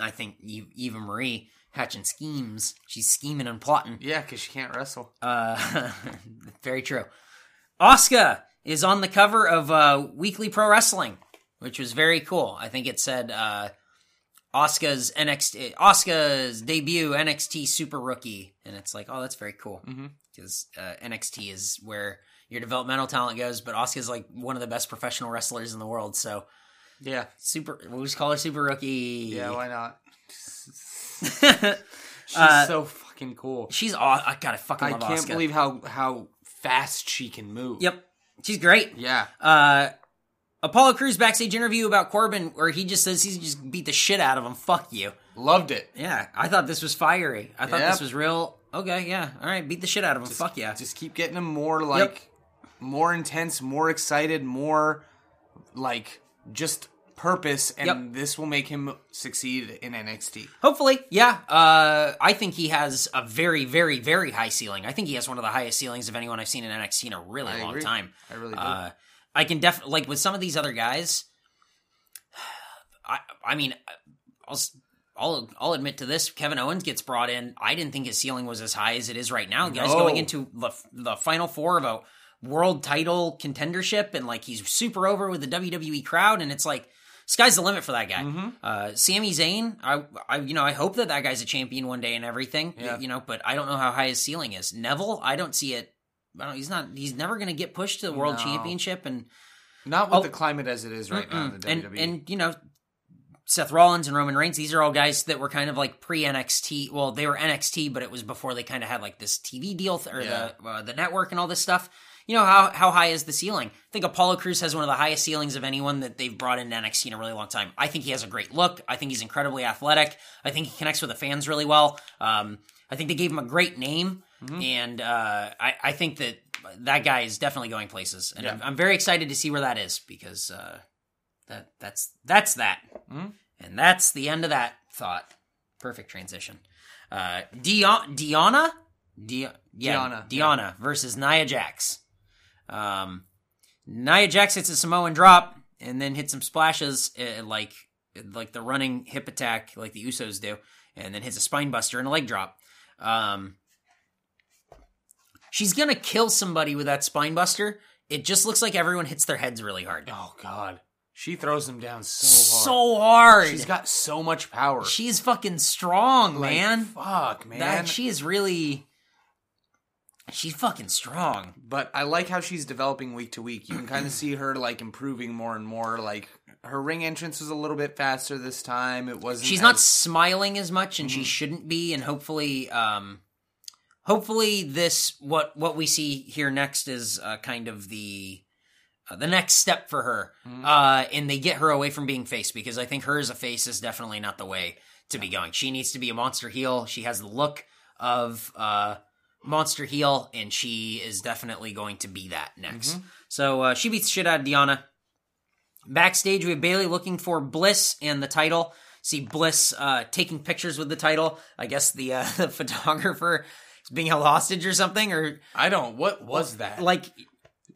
[SPEAKER 3] I think Eve- Eva Marie hatching schemes. She's scheming and plotting.
[SPEAKER 4] Yeah, because she can't wrestle.
[SPEAKER 3] Uh, very true. Oscar is on the cover of uh, Weekly Pro Wrestling, which was very cool. I think it said uh, Oscar's NXT Oscar's debut NXT Super Rookie, and it's like, oh, that's very cool
[SPEAKER 4] Mhm.
[SPEAKER 3] because uh, NXT is where your developmental talent goes. But Oscar's like one of the best professional wrestlers in the world, so
[SPEAKER 4] Yeah.
[SPEAKER 3] super. We'll just call her Super Rookie.
[SPEAKER 4] Yeah, why not? She's
[SPEAKER 3] Uh,
[SPEAKER 4] so fucking cool.
[SPEAKER 3] she's aw- I gotta fucking
[SPEAKER 4] I
[SPEAKER 3] love
[SPEAKER 4] can't
[SPEAKER 3] Asuka.
[SPEAKER 4] believe how how fast she can move.
[SPEAKER 3] Yep, she's great.
[SPEAKER 4] Yeah.
[SPEAKER 3] Uh, Apollo Crews backstage interview about Corbin, where he just says he's just beat the shit out of him. Fuck you.
[SPEAKER 4] Loved it.
[SPEAKER 3] Yeah, I thought this was fiery. I thought
[SPEAKER 4] Yep.
[SPEAKER 3] this was real Okay, yeah. All right, beat the shit out of him. Fuck yeah.
[SPEAKER 4] Just keep getting them more like more intense, more excited, more like just purpose and
[SPEAKER 3] Yep.
[SPEAKER 4] this will make him succeed in NXT.
[SPEAKER 3] Hopefully, yeah. Uh, I think he has a very, very, very high ceiling. I think he has one of the highest ceilings of anyone I've seen in NXT in a really long
[SPEAKER 4] agree.
[SPEAKER 3] time.
[SPEAKER 4] I really do.
[SPEAKER 3] Uh, I can definitely like with some of these other guys. I I mean, I'll s- I'll I'll admit to this. Kevin Owens gets brought in. I didn't think his ceiling was as high as it is right now. The Guys
[SPEAKER 4] No.
[SPEAKER 3] going into the the final four of a world title contendership, and like he's super over with the WWE crowd, and it's like. Sky's the limit for that guy.
[SPEAKER 4] Mm-hmm.
[SPEAKER 3] Uh, Sami Zayn, I, I, you know, I hope that that guy's a champion one day and everything.
[SPEAKER 4] Yeah.
[SPEAKER 3] You know, but I don't know how high his ceiling is. Neville, I don't see it I don't, he's not. He's never going to get pushed to the world
[SPEAKER 4] No.
[SPEAKER 3] championship, and
[SPEAKER 4] Not with
[SPEAKER 3] oh.
[SPEAKER 4] the climate as it is right now in the E.
[SPEAKER 3] and
[SPEAKER 4] WWE.
[SPEAKER 3] and you know, Seth Rollins and Roman Reigns. These are all guys that were kind of like pre NXT. Well, they were NXT, but it was before they kind of had like this TV deal th- or
[SPEAKER 4] Yeah.
[SPEAKER 3] the uh, the network and all this stuff. You know how how high is the ceiling? I think Apollo Cruz has one of the highest ceilings of anyone that they've brought into NXT in a really long time. I think he has a great look. I think he's incredibly athletic. I think he connects with the fans really well. Um, I think they gave him a great name,
[SPEAKER 4] Mm-hmm.
[SPEAKER 3] and uh, I, I think that that guy is definitely going places, and
[SPEAKER 4] Yeah.
[SPEAKER 3] I'm, I'm very excited to see where that is because uh, that that's that's that, and that's the end of that thought. Perfect transition. Uh, Dion- Diana, Di- yeah,
[SPEAKER 4] Deanna,
[SPEAKER 3] Diana, versus Nia Jax. Um, Nia Jax hits a Samoan drop and then hits some splashes uh, like like the running hip attack like the Usos do, and then hits a spine buster and a leg drop. Um, she's gonna kill somebody with that spine buster. It just looks like everyone hits their heads really hard.
[SPEAKER 4] oh god. She throws him down so hard.
[SPEAKER 3] So hard.
[SPEAKER 4] She's got so much power.
[SPEAKER 3] She's fucking strong,
[SPEAKER 4] Like,
[SPEAKER 3] man.
[SPEAKER 4] Fuck, man.
[SPEAKER 3] That she is really she's fucking strong.
[SPEAKER 4] but I like how she's developing week to week. You can kind of see her like improving more and more. Like her ring entrance was a little bit faster this time. It wasn't.
[SPEAKER 3] She's
[SPEAKER 4] as-
[SPEAKER 3] not smiling as much and she shouldn't be and hopefully um hopefully this what what we see here next is uh, kind of the uh, the next step for her. Uh and they get her away from being face because I think her as a face is definitely not the way to be going. She needs to be a monster heel. She has the look of uh monster heel and she is definitely going to be that next. So uh, she beats the shit out of Deanna. Backstage, we have Bailey looking for Bliss and the title. See Bliss uh, taking pictures with the title. I guess the, uh, the photographer is being held hostage or something, or
[SPEAKER 4] I don't. What was that?
[SPEAKER 3] like.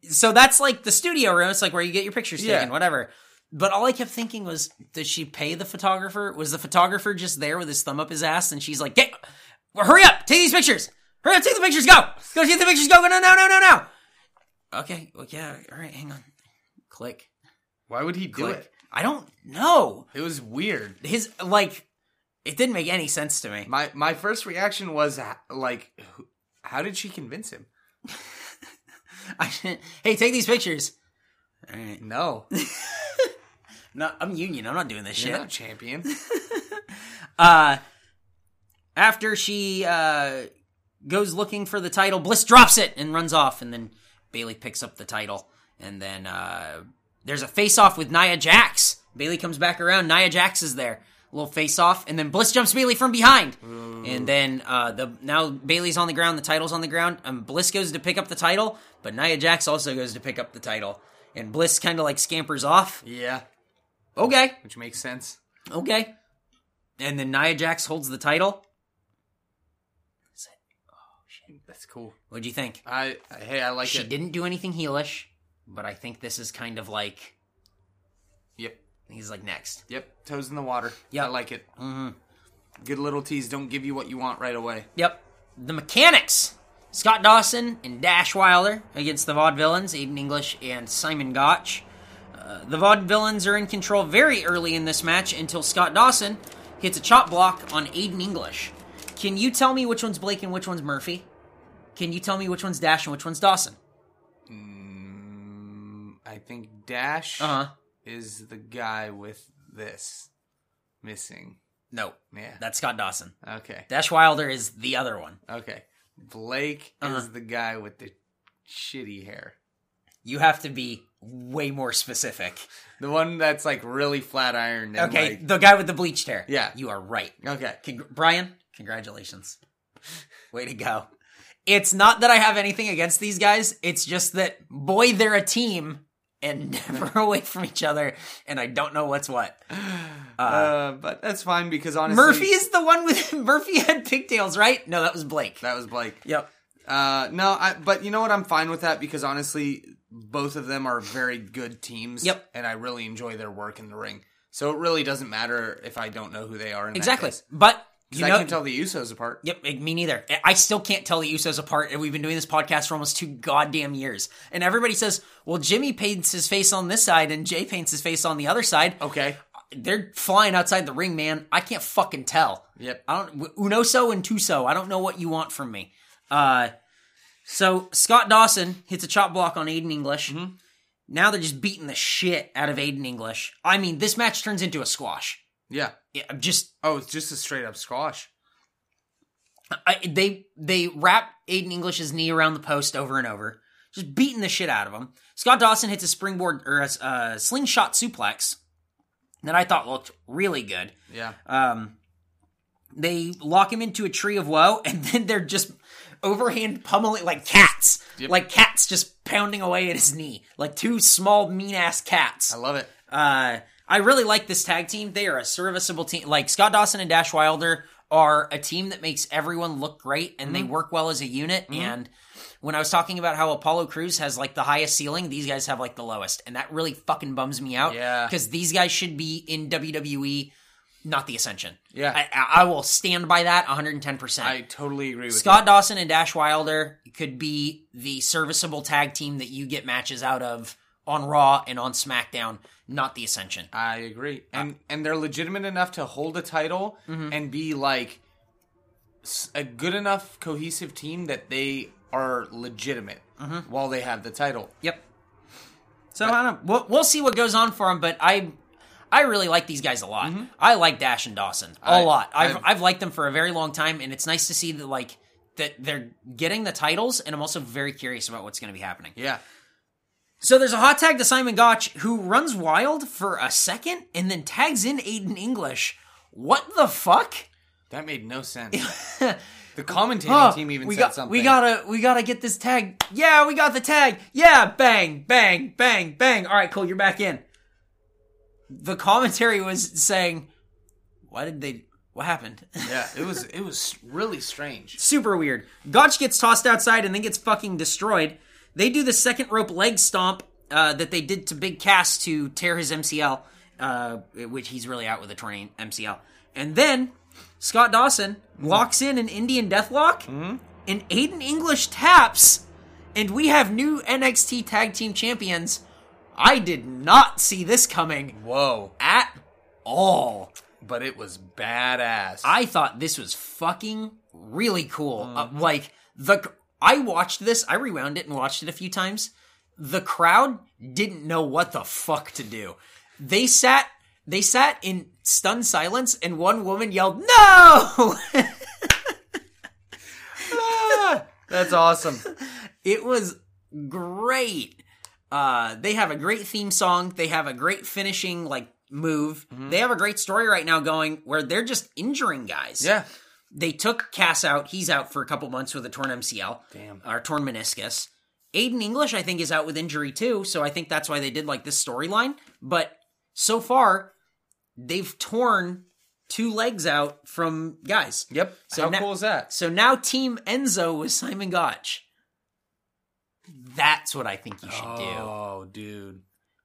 [SPEAKER 3] So that's like the studio room. It's like where you get your pictures
[SPEAKER 4] Yeah.
[SPEAKER 3] taken, whatever. But all I kept thinking was, did she pay the photographer? Was the photographer just there with his thumb up his ass? And she's like, get, well, hurry up, take these pictures. Hurry up, take the pictures. Go, go, take the pictures. Go, go, no, no, no, no, no. Okay, well, yeah, all right, hang on. Click.
[SPEAKER 4] Why would he do
[SPEAKER 3] Like,
[SPEAKER 4] it?
[SPEAKER 3] I don't know.
[SPEAKER 4] It was weird.
[SPEAKER 3] His like, it didn't make any sense to me.
[SPEAKER 4] My my first reaction was h- like, wh- how did she convince him?
[SPEAKER 3] I didn't- hey, take these pictures. All right.
[SPEAKER 4] No,
[SPEAKER 3] No, I'm union. I'm not doing this
[SPEAKER 4] you're
[SPEAKER 3] shit.
[SPEAKER 4] not champion.
[SPEAKER 3] Uh, after she uh goes looking for the title, Bliss drops it and runs off, and then Bailey picks up the title, and then uh there's a face off with Nia Jax. Bailey comes back around. Nia Jax is there. little face off, and then Bliss jumps Bailey from behind, and then uh, the now Bailey's on the ground, the title's on the ground, and Bliss goes to pick up the title, but Nia Jax also goes to pick up the title, and Bliss kind of like scampers off.
[SPEAKER 4] Yeah,
[SPEAKER 3] Okay,
[SPEAKER 4] which makes sense.
[SPEAKER 3] Okay. And then Nia Jax holds the title.
[SPEAKER 4] That's cool.
[SPEAKER 3] What'd you think?
[SPEAKER 4] I, I hey, I like
[SPEAKER 3] She
[SPEAKER 4] it.
[SPEAKER 3] didn't do anything heelish, but I think this is kind of like
[SPEAKER 4] Yep,
[SPEAKER 3] he's like next.
[SPEAKER 4] yep. Toes in the water.
[SPEAKER 3] Yep.
[SPEAKER 4] I like it. Mm-hmm. Good little tease. Don't give you what you want right away.
[SPEAKER 3] Yep. The mechanics. Scott Dawson and Dash Wilder against the Vaude Villains, Aiden English and Simon Gotch. Uh, the Vaude Villains are in control very early in this match until Scott Dawson hits a chop block on Aiden English. Can you tell me which one's Blake and which one's Murphy? Can you tell me which one's Dash and which one's Dawson?
[SPEAKER 4] Mm, I think Dash
[SPEAKER 3] Uh huh.
[SPEAKER 4] is the guy with this missing.
[SPEAKER 3] No.
[SPEAKER 4] Yeah.
[SPEAKER 3] That's Scott Dawson.
[SPEAKER 4] Okay.
[SPEAKER 3] Dash Wilder is the other one.
[SPEAKER 4] Okay. Blake
[SPEAKER 3] Uh-huh.
[SPEAKER 4] is the guy with the shitty hair.
[SPEAKER 3] You have to be way more specific.
[SPEAKER 4] The one that's like really flat ironed. And
[SPEAKER 3] Okay,
[SPEAKER 4] Like,
[SPEAKER 3] the guy with the bleached hair.
[SPEAKER 4] Yeah.
[SPEAKER 3] You are right.
[SPEAKER 4] okay.
[SPEAKER 3] Congr- Brian, congratulations. Way to go. It's not that I have anything against these guys. It's just that, boy, they're a team and never away from each other, and I don't know what's what.
[SPEAKER 4] Uh, but that's fine because honestly,
[SPEAKER 3] Murphy is the one with Murphy had pigtails, right? No, that was Blake.
[SPEAKER 4] That was Blake.
[SPEAKER 3] Yep.
[SPEAKER 4] Uh, no, I, but you know what? I'm fine with that because honestly, both of them are very good teams.
[SPEAKER 3] Yep.
[SPEAKER 4] And I really enjoy their work in the ring. So it really doesn't matter if I don't know who they are. In
[SPEAKER 3] Exactly.
[SPEAKER 4] That case.
[SPEAKER 3] But
[SPEAKER 4] 'Cause
[SPEAKER 3] you
[SPEAKER 4] I
[SPEAKER 3] know,
[SPEAKER 4] can tell the Usos apart.
[SPEAKER 3] Yep, eh, me neither. Eh, I still can't tell the Usos apart, and we've been doing this podcast for almost two goddamn years. And everybody says, "Well, Jimmy paints his face on this side, and Jay paints his face on the other side."
[SPEAKER 4] Okay.
[SPEAKER 3] They're flying outside the ring, man. I can't fucking tell.
[SPEAKER 4] Yep.
[SPEAKER 3] I don't w- unoso and tuso. I don't know what you want from me. Uh, so Scott Dawson hits a chop block on Aiden English. Now they're just beating the shit out of Aiden English. I mean, this match turns into a squash.
[SPEAKER 4] Yeah.
[SPEAKER 3] Yeah, I'm just
[SPEAKER 4] Oh, it's just a straight up squash.
[SPEAKER 3] I, they they wrap Aiden English's knee around the post over and over, just beating the shit out of him. Scott Dawson hits a springboard or a s- uh, slingshot suplex that I thought looked really good.
[SPEAKER 4] Yeah.
[SPEAKER 3] Um, they lock him into a tree of woe, and then they're just overhand pummeling like cats, like cats just pounding away at his knee, like two small mean ass cats.
[SPEAKER 4] I love it.
[SPEAKER 3] Uh, I really like this tag team. They are a serviceable team. Like Scott Dawson and Dash Wilder are a team that makes everyone look great and
[SPEAKER 4] Mm-hmm.
[SPEAKER 3] they work well as a unit. And when I was talking about how Apollo Crews has like the highest ceiling, these guys have like the lowest. And that really fucking bums me out.
[SPEAKER 4] Yeah.
[SPEAKER 3] Because these guys should be in WWE, not the Ascension.
[SPEAKER 4] Yeah.
[SPEAKER 3] I, I- I will stand by that 110%.
[SPEAKER 4] I totally agree with
[SPEAKER 3] Scott Dawson and Dash Wilder could be the serviceable tag team that you get matches out of on Raw and on SmackDown, not the Ascension.
[SPEAKER 4] you. I agree. And and they're legitimate enough to hold a title
[SPEAKER 3] Mm-hmm.
[SPEAKER 4] and be like s- a good enough cohesive team that they are legitimate
[SPEAKER 3] Mm-hmm.
[SPEAKER 4] while they have the title.
[SPEAKER 3] Yep. So I don't know. We'll, we'll see what goes on for them, but I I really like these guys a lot. I like Dash and Dawson a
[SPEAKER 4] I-
[SPEAKER 3] lot. Mm-hmm. I've, I've
[SPEAKER 4] I've-
[SPEAKER 3] liked them for a very long time, and it's nice to see that like that they're getting the titles, and I'm also very curious about what's going to be happening.
[SPEAKER 4] Yeah.
[SPEAKER 3] So there's a hot tag to Simon Gotch who runs wild for a second and then tags in Aiden English. What the fuck?
[SPEAKER 4] That made no sense. the commentating team even
[SPEAKER 3] we
[SPEAKER 4] said
[SPEAKER 3] got,
[SPEAKER 4] something.
[SPEAKER 3] We gotta we gotta get this tag. Yeah, we got the tag. Yeah, bang, bang, bang, bang. All right, cool, you're back in. The commentary was saying, "Why did they? What happened?"
[SPEAKER 4] Yeah, it was it was really strange.
[SPEAKER 3] Super weird. Gotch gets tossed outside and then gets fucking destroyed. They do the second rope leg stomp uh, that they did to Big Cass to tear his MCL, uh, which he's really out with a torn MCL. And then Scott Dawson locks in an Indian deathlock, and Aiden English taps, and we have new NXT Tag Team Champions. I did not see this coming
[SPEAKER 4] Whoa,
[SPEAKER 3] at all.
[SPEAKER 4] but it was badass.
[SPEAKER 3] I thought this was fucking really cool. Uh, like the I watched this, I rewound it and watched it a few times. The crowd didn't know what the fuck to do. They sat they sat in stunned silence and one woman yelled, "No!"
[SPEAKER 4] That's awesome.
[SPEAKER 3] it was great. Uh, they have a great theme song. They have a great finishing like move. They have a great story right now going where they're just injuring guys.
[SPEAKER 4] Yeah.
[SPEAKER 3] they took Cass out. He's out for a couple months with a torn MCL.
[SPEAKER 4] Damn.
[SPEAKER 3] Or torn meniscus. Aiden English, I think, is out with injury too. So I think that's why they did like this storyline. But so far, they've torn two legs out from guys.
[SPEAKER 4] Yep.
[SPEAKER 3] So
[SPEAKER 4] How
[SPEAKER 3] now-
[SPEAKER 4] cool is that?
[SPEAKER 3] So now Team Enzo with Simon Gotch. That's what I think you should do.
[SPEAKER 4] Oh, dude.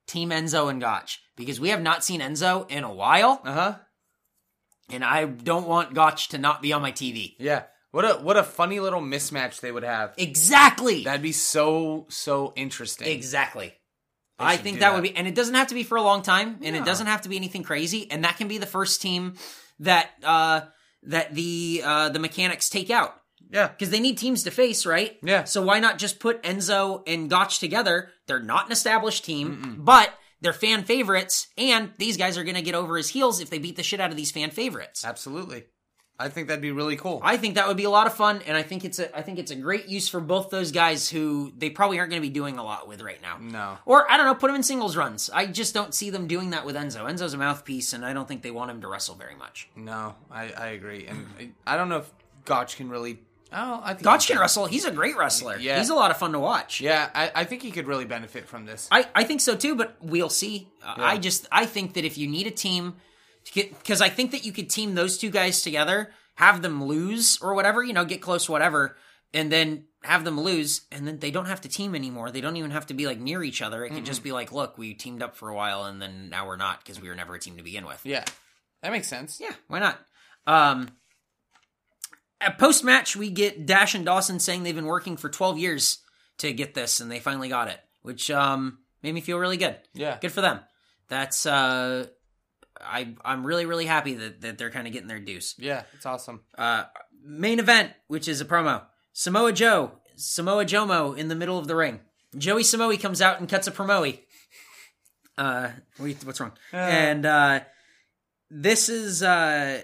[SPEAKER 3] Team Enzo and Gotch. Because we have not seen Enzo in a while.
[SPEAKER 4] Uh huh.
[SPEAKER 3] And I don't want Gotch to not be on my TV.
[SPEAKER 4] Yeah. What a what a funny little mismatch they would have.
[SPEAKER 3] Exactly.
[SPEAKER 4] That'd be so so interesting.
[SPEAKER 3] Exactly.
[SPEAKER 4] They
[SPEAKER 3] I
[SPEAKER 4] should
[SPEAKER 3] think
[SPEAKER 4] do
[SPEAKER 3] that,
[SPEAKER 4] that.
[SPEAKER 3] would be, and it doesn't have to be for a long time, and it
[SPEAKER 4] No.
[SPEAKER 3] doesn't have to be anything crazy, and that can be the first team that uh, that the uh, the mechanics take out
[SPEAKER 4] yeah.
[SPEAKER 3] because they need teams to face, right?
[SPEAKER 4] Yeah.
[SPEAKER 3] So why not just put Enzo and Gotch together? They're not an established team, but they're fan favorites, and these guys are going to get over his heels if they beat the shit out of these fan favorites.
[SPEAKER 4] Absolutely. I think that'd be really cool.
[SPEAKER 3] I think that would be a lot of fun, and I think it's a I think it's a great use for both those guys who they probably aren't going to be doing a lot with right now.
[SPEAKER 4] No.
[SPEAKER 3] or I don't know, put him in singles runs. I just don't see them doing that with Enzo. Enzo's a mouthpiece, and I don't think they want him to wrestle very much.
[SPEAKER 4] no, I I agree. And I, I don't know if Gotch can really. Oh, I think
[SPEAKER 3] Gotch can wrestle. He's a great wrestler.
[SPEAKER 4] Yeah.
[SPEAKER 3] He's a lot of fun to watch.
[SPEAKER 4] Yeah, I, I think he could really benefit from this.
[SPEAKER 3] I, I think so too, but we'll see. Uh I just I think that if you need a team, because I think that you could team those two guys together, have them lose or whatever, you know, get close, whatever, and then have them lose, and then they don't have to team anymore. They don't even have to be like near each other. It could just be like, look, we teamed up for a while, and then now we're not because we were never a team to begin with.
[SPEAKER 4] yeah, that makes sense.
[SPEAKER 3] Yeah, why not? Um, at post match, we get Dash and Dawson saying they've been working for 12 years to get this, and they finally got it, which um, made me feel really good.
[SPEAKER 4] Yeah.
[SPEAKER 3] Good for them. That's uh, I I'm really really happy that that they're kind of getting their dues.
[SPEAKER 4] Yeah, it's awesome.
[SPEAKER 3] Uh, main event, which is a promo, Samoa Joe, Samoa Jomo in the middle of the ring. Joey Samoa comes out and cuts a promoe. Uh, wait, what's wrong? and uh, this is uh,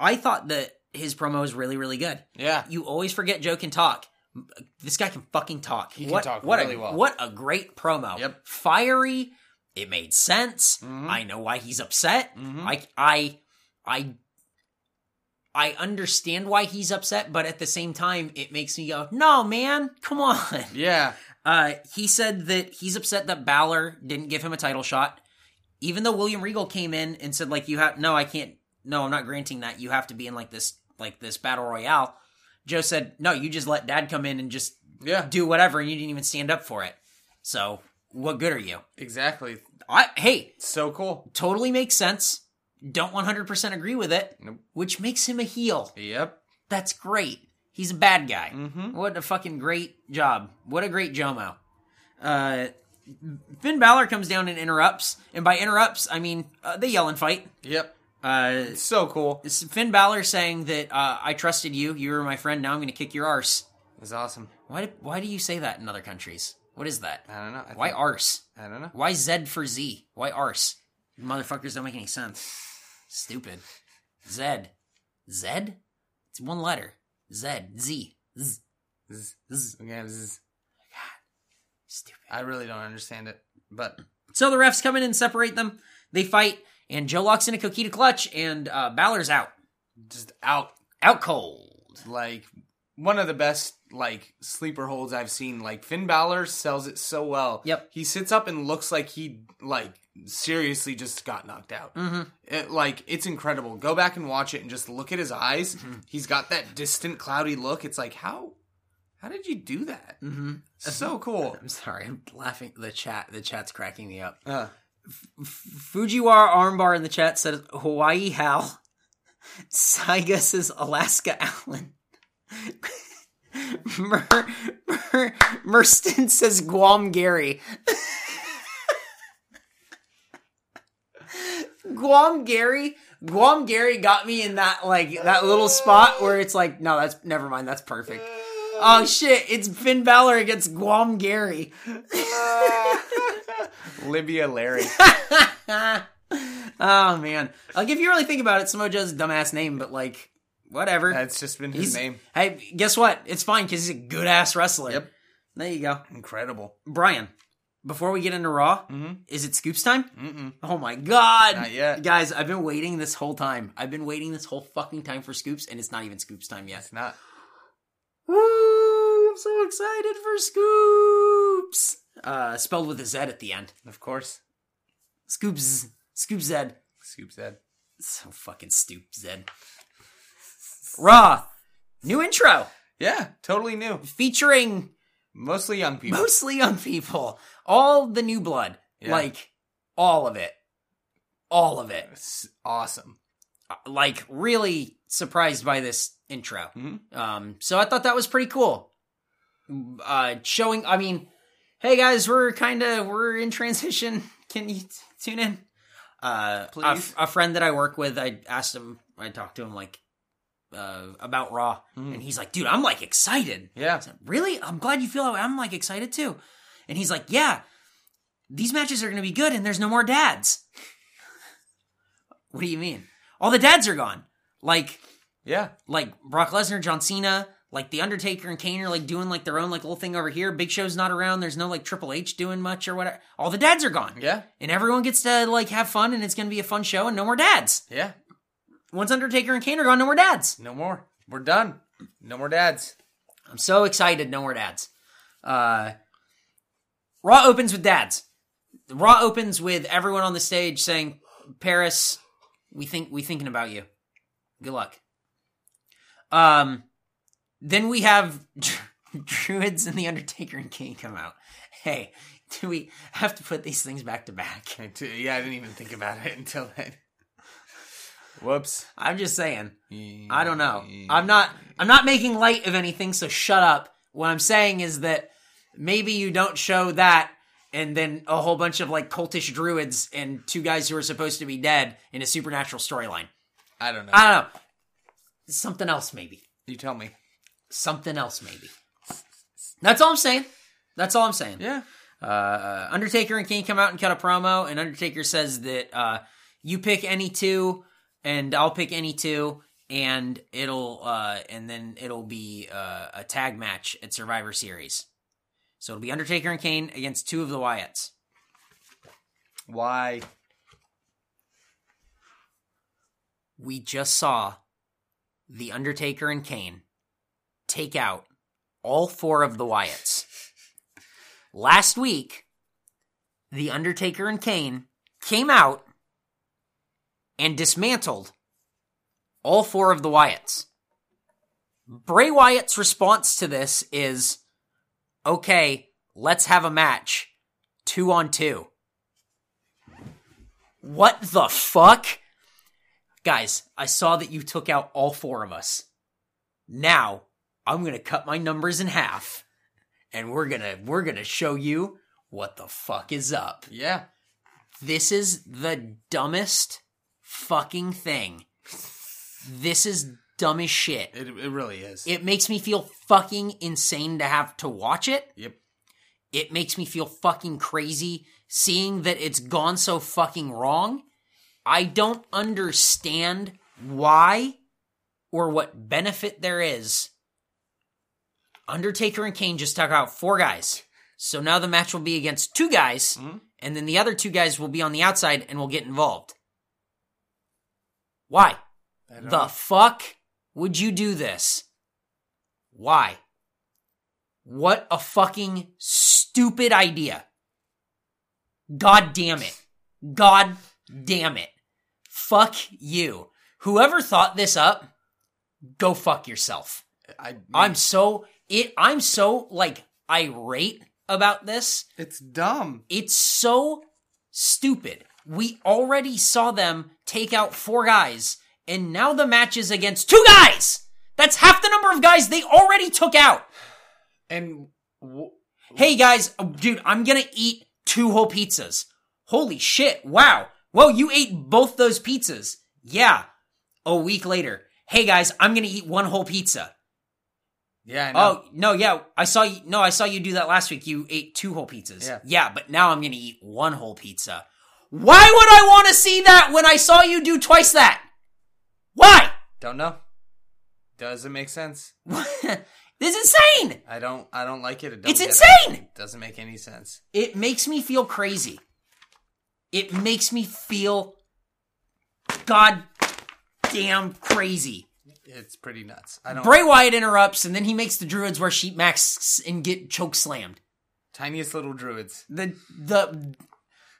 [SPEAKER 3] I thought that his promo was really really good.
[SPEAKER 4] Yeah,
[SPEAKER 3] You always forget Joe can talk. This guy can fucking talk. He
[SPEAKER 4] can talk
[SPEAKER 3] what
[SPEAKER 4] really
[SPEAKER 3] a,
[SPEAKER 4] well.
[SPEAKER 3] What a great promo.
[SPEAKER 4] Yep. Mm-hmm.
[SPEAKER 3] Fiery. It made sense. I know why he's upset. I I I I understand why he's upset, but at the same time, it makes me go, "No, man, come on."
[SPEAKER 4] yeah,
[SPEAKER 3] Uh, he said that he's upset that Balor didn't give him a title shot, even though William Regal came in and said like you have no, I can't, no, I'm not granting that. You have to be in like this like this battle royale. Joe said no, you just let Dad come in and just
[SPEAKER 4] yeah.
[SPEAKER 3] do whatever, and you didn't even stand up for it. So what good are you?
[SPEAKER 4] Exactly.
[SPEAKER 3] I hey,
[SPEAKER 4] So cool.
[SPEAKER 3] totally makes sense. Don't 100% agree with it,
[SPEAKER 4] Nope.
[SPEAKER 3] which makes him a heel.
[SPEAKER 4] Yep. Mm-hmm.
[SPEAKER 3] That's great. He's a bad guy. What a fucking great job. What a great Jomo. Uh, Finn Balor comes down and interrupts, and by interrupts, I mean uh, they yell and fight.
[SPEAKER 4] Yep.
[SPEAKER 3] Uh,
[SPEAKER 4] So cool.
[SPEAKER 3] it's Finn Balor saying that uh, I trusted you, you were my friend. Now I'm going to kick your arse.
[SPEAKER 4] It's awesome.
[SPEAKER 3] Why? Why do you say that in other countries? What is that?
[SPEAKER 4] I don't know. I
[SPEAKER 3] Why
[SPEAKER 4] think-
[SPEAKER 3] arse?
[SPEAKER 4] I don't know.
[SPEAKER 3] Why Z for Z? Why arse? You motherfuckers don't make any sense. Stupid. Zed. Zed? It's one letter. Zed. Z. Z.
[SPEAKER 4] Zzz.
[SPEAKER 3] Z.
[SPEAKER 4] Okay, zzz.
[SPEAKER 3] Stupid.
[SPEAKER 4] I really don't understand it, but
[SPEAKER 3] So the refs come in and separate them. They fight, and Joe locks in a Kokita clutch, and uh, Balor's out.
[SPEAKER 4] just out
[SPEAKER 3] Out cold.
[SPEAKER 4] like one of the best like sleeper holds I've seen. Like Finn Balor sells it so well.
[SPEAKER 3] Yep.
[SPEAKER 4] He sits up and looks like he like seriously just got knocked out. Mm-hmm. It, like it's incredible. Go back and watch it and just look at his eyes.
[SPEAKER 3] Mm-hmm.
[SPEAKER 4] He's got that distant, cloudy look. It's like how how did you do that? Mm-hmm. So cool.
[SPEAKER 3] I'm sorry, I'm laughing. The chat, the chat's cracking me up.
[SPEAKER 4] Uh,
[SPEAKER 3] Fujiwara Armbar in the chat said Hawaii Hal. Saiga says Alaska Allen. Mer, Mer, Merston says Guam Gary. Guam Gary, Guam Gary got me in that like that little spot where it's like, no, that's never mind, that's perfect. Oh shit, it's Finn Balor against Guam Gary.
[SPEAKER 4] Libya Larry.
[SPEAKER 3] Oh man, like if you really think about it, Samoa Joe's a dumbass name, but like whatever.
[SPEAKER 4] That's just been his
[SPEAKER 3] He's-
[SPEAKER 4] name.
[SPEAKER 3] Hey, guess what? It's fine because he's a good ass wrestler.
[SPEAKER 4] Yep.
[SPEAKER 3] There you go,
[SPEAKER 4] Incredible.
[SPEAKER 3] Brian. Before we get into Raw, is it scoops time?
[SPEAKER 4] Mm-mm.
[SPEAKER 3] Oh my god!
[SPEAKER 4] Not yet.
[SPEAKER 3] guys. I've been waiting this whole time. I've been waiting this whole fucking time for scoops, and it's not even scoops time yet.
[SPEAKER 4] It's not.
[SPEAKER 3] Woo! I'm so excited for scoops. Uh, spelled with a Z at the end.
[SPEAKER 4] Of course.
[SPEAKER 3] Scoops. Scoop Z.
[SPEAKER 4] Scoop said.
[SPEAKER 3] So fucking stupid. Zed. Raw. New intro
[SPEAKER 4] Yeah, totally new.
[SPEAKER 3] featuring
[SPEAKER 4] Mostly young people.
[SPEAKER 3] mostly young people. All the new blood.
[SPEAKER 4] Yeah.
[SPEAKER 3] Like, all of it. All of it.
[SPEAKER 4] It's awesome.
[SPEAKER 3] Like, really surprised by this intro.
[SPEAKER 4] Mhm.
[SPEAKER 3] Um, so I thought that was pretty cool. Uh, showing, I mean, hey guys, we're kind of, we're in transition. Can you t- tune in? Uh, a,
[SPEAKER 4] Please.
[SPEAKER 3] a friend that I work with, I asked him, I talked to him like, uh, about Raw,
[SPEAKER 4] Mm-hmm.
[SPEAKER 3] and he's like, dude, I'm like excited.
[SPEAKER 4] Yeah.
[SPEAKER 3] I said, really? I'm glad you feel that way. I'm like excited too. And he's like, yeah, these matches are going to be good, and there's no more dads. what do you mean? All the dads are gone. Like,
[SPEAKER 4] Yeah.
[SPEAKER 3] like Brock Lesnar, John Cena, like The Undertaker and Kane are like doing like their own like little thing over here. Big Show's not around. There's no like Triple H doing much or whatever. All the dads are gone.
[SPEAKER 4] Yeah.
[SPEAKER 3] And everyone gets to like have fun and it's going to be a fun show and no more dads.
[SPEAKER 4] Yeah.
[SPEAKER 3] Once Undertaker and Kane are gone, no more dads.
[SPEAKER 4] No more. We're done. No more dads.
[SPEAKER 3] I'm so excited. No more dads. Uh, Raw opens with dads. Raw opens with everyone on the stage saying, "Paris, we think we thinking about you. Good luck." Um, then we have druids and the Undertaker and King come out. Hey, do we have to put these things back to back?
[SPEAKER 4] I t- Yeah, I didn't even think about it until then. Whoops.
[SPEAKER 3] I'm just saying. I don't know. I'm not I'm not making light of anything, so shut up. What I'm saying is that maybe you don't show that and then a whole bunch of like cultish druids and two guys who are supposed to be dead in a supernatural storyline.
[SPEAKER 4] I don't know.
[SPEAKER 3] I don't know. Something else maybe.
[SPEAKER 4] you tell me.
[SPEAKER 3] Something else maybe. That's all I'm saying. That's all I'm saying.
[SPEAKER 4] Yeah.
[SPEAKER 3] Uh, Undertaker and King come out and cut a promo, and Undertaker says that uh, you pick any two, and I'll pick any two, and it'll uh, and then it'll be uh, a tag match at Survivor Series. So it'll be Undertaker and Kane against two of the Wyatts.
[SPEAKER 4] Why?
[SPEAKER 3] We just saw the Undertaker and Kane take out all four of the Wyatts. Last week, the Undertaker and Kane came out and dismantled all four of the Wyatts. Bray Wyatt's response to this is okay, let's have a match two on two. What the fuck? Guys, I saw that you took out all four of us. Now, I'm going to cut my numbers in half and we're going to we're going to show you what the fuck is up
[SPEAKER 4] Yeah.
[SPEAKER 3] this is the dumbest fucking thing. This is dumb as shit.
[SPEAKER 4] It, it really is.
[SPEAKER 3] It makes me feel fucking insane to have to watch it.
[SPEAKER 4] yep.
[SPEAKER 3] It makes me feel fucking crazy seeing that it's gone so fucking wrong. I don't understand why or what benefit there is. Undertaker and Kane just took out four guys. So now the match will be against two guys,
[SPEAKER 4] Hmm?
[SPEAKER 3] and then the other two guys will be on the outside and will get involved. Why?
[SPEAKER 4] I don't
[SPEAKER 3] The
[SPEAKER 4] know.
[SPEAKER 3] fuck would you do this? Why? What a fucking stupid idea. God damn it. God damn it. Fuck you. Whoever thought this up, go fuck yourself.
[SPEAKER 4] I,
[SPEAKER 3] I'm so it I'm so like irate about this
[SPEAKER 4] it's dumb.
[SPEAKER 3] it's so stupid. We already saw them take out four guys, and now the match is against two guys! That's half the number of guys they already took out!
[SPEAKER 4] And w-
[SPEAKER 3] Hey guys, oh, dude, I'm gonna eat two whole pizzas. Holy shit, wow. Well, you ate both those pizzas. Yeah. A week later. Hey guys, I'm gonna eat one whole pizza.
[SPEAKER 4] yeah, I know.
[SPEAKER 3] Oh, no, yeah, I saw you, no, I saw you do that last week. You ate two whole pizzas.
[SPEAKER 4] Yeah.
[SPEAKER 3] but now I'm gonna eat one whole pizza. Why would I wanna see that when I saw you do twice that? Why?
[SPEAKER 4] don't know. Doesn't make sense.
[SPEAKER 3] this is insane!
[SPEAKER 4] I don't. I don't like it. it don't
[SPEAKER 3] It's
[SPEAKER 4] get
[SPEAKER 3] insane!
[SPEAKER 4] It. Doesn't make any sense.
[SPEAKER 3] It makes me feel crazy. It makes me feel goddamn crazy.
[SPEAKER 4] It's pretty nuts. I don't.
[SPEAKER 3] Bray Wyatt interrupts and then he makes the druids wear sheet masks and get choke slammed.
[SPEAKER 4] Tiniest little druids.
[SPEAKER 3] The the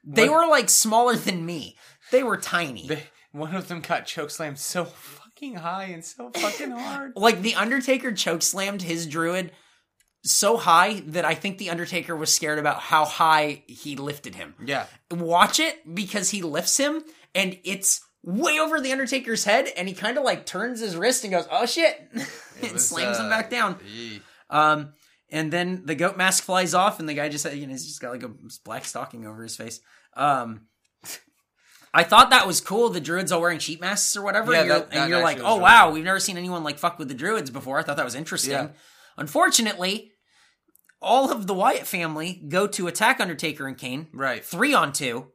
[SPEAKER 3] they were like smaller than me. They were tiny.
[SPEAKER 4] They- One of them got chokeslammed so fucking high and so fucking hard.
[SPEAKER 3] like the Undertaker choke slammed his druid so high that I think the Undertaker was scared about how high he lifted him.
[SPEAKER 4] yeah.
[SPEAKER 3] Watch it because he lifts him and it's way over the Undertaker's head and he kind of like turns his wrist and goes, "Oh shit."
[SPEAKER 4] It
[SPEAKER 3] and
[SPEAKER 4] was,
[SPEAKER 3] slams him
[SPEAKER 4] uh,
[SPEAKER 3] back down.
[SPEAKER 4] yee.
[SPEAKER 3] Um and then the goat mask flies off and the guy just you know he's just got like a black stocking over his face. Um I thought that was cool. The druids all wearing sheet masks or whatever.
[SPEAKER 4] Yeah,
[SPEAKER 3] and you're,
[SPEAKER 4] that- that
[SPEAKER 3] and you're like,
[SPEAKER 4] actually was
[SPEAKER 3] oh
[SPEAKER 4] really
[SPEAKER 3] wow, we've never seen anyone like fuck with the druids before. I thought that was interesting.
[SPEAKER 4] Yeah.
[SPEAKER 3] Unfortunately, all of the Wyatt family go to attack Undertaker and Kane,
[SPEAKER 4] Right.
[SPEAKER 3] three on two.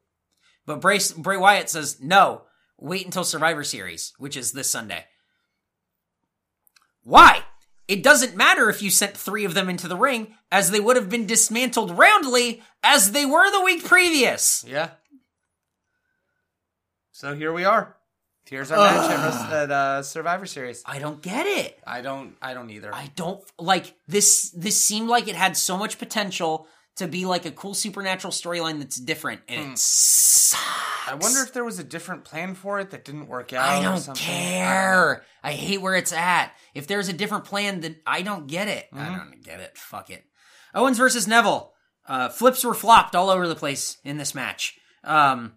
[SPEAKER 3] But Bray, Bray Wyatt says, no, wait until Survivor Series, which is this Sunday. Why? It doesn't matter if you sent three of them into the ring, as they would have been dismantled roundly as they were the week previous.
[SPEAKER 4] Yeah. So here we are. Here's our match at, Rus- at uh, Survivor Series.
[SPEAKER 3] I don't get it.
[SPEAKER 4] I don't. I don't either.
[SPEAKER 3] I don't like this. This seemed like it had so much potential to be like a cool supernatural storyline that's different, and it sucks.
[SPEAKER 4] I wonder if there was a different plan for it that didn't work out.
[SPEAKER 3] I
[SPEAKER 4] or
[SPEAKER 3] don't
[SPEAKER 4] something.
[SPEAKER 3] care. I hate where it's at. If there's a different plan, then I don't get it. I don't get it. Fuck it. Owens versus Neville. Uh, flips were flopped all over the place in this match. Um,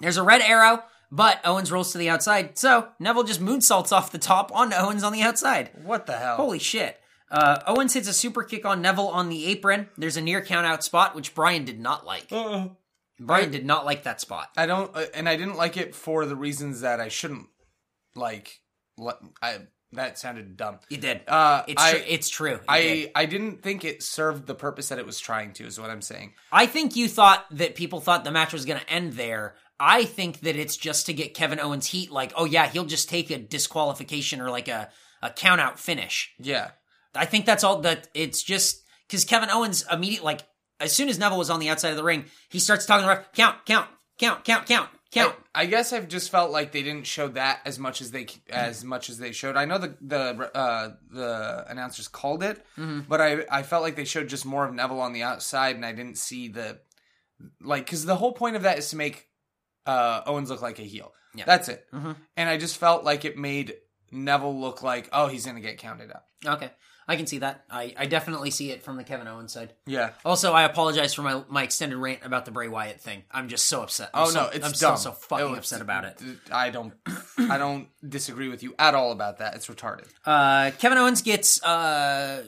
[SPEAKER 3] there's a red arrow, but Owens rolls to the outside, so Neville just moonsaults off the top onto Owens on the outside.
[SPEAKER 4] What the hell?
[SPEAKER 3] Holy shit. Uh, Owens hits a super kick on Neville on the apron. There's a near count out spot, which Brian did not like. Brian did not like that spot.
[SPEAKER 4] I don't, uh, and I didn't like it for the reasons that I shouldn't like. Li- I that sounded dumb.
[SPEAKER 3] You did.
[SPEAKER 4] Uh,
[SPEAKER 3] it's,
[SPEAKER 4] I-
[SPEAKER 3] tru- it's true. You did.
[SPEAKER 4] I I didn't think it served the purpose that it was trying to. Is what I'm saying.
[SPEAKER 3] I think you thought that people thought the match was going to end there. I think that it's just to get Kevin Owens heat. Like, oh yeah, he'll just take a disqualification or like a a count out finish.
[SPEAKER 4] Yeah,
[SPEAKER 3] I think that's all that it's just because Kevin Owens immediately like as soon as Neville was on the outside of the ring, he starts talking to the ref, count, count, count, count, count, count.
[SPEAKER 4] I guess I've just felt like they didn't show that as much as they as much as they showed. I know the the uh, the announcers called it,
[SPEAKER 3] Mm-hmm.
[SPEAKER 4] but I I felt like they showed just more of Neville on the outside, and I didn't see the like because the whole point of that is to make uh, Owens look like a heel.
[SPEAKER 3] Yeah. Mm-hmm.
[SPEAKER 4] That's it. And I just felt like it made Neville look like oh he's gonna get counted out.
[SPEAKER 3] Okay, I can see that. I I definitely see it from the Kevin Owens side.
[SPEAKER 4] Yeah.
[SPEAKER 3] Also, I apologize for my my extended rant about the Bray Wyatt thing. I'm just so upset. I'm
[SPEAKER 4] Oh
[SPEAKER 3] so-
[SPEAKER 4] no, it's
[SPEAKER 3] I'm
[SPEAKER 4] dumb.
[SPEAKER 3] so, so fucking
[SPEAKER 4] was-
[SPEAKER 3] upset about it.
[SPEAKER 4] I don't I don't disagree with you at all about that. It's retarded.
[SPEAKER 3] Uh, Kevin Owens gets uh,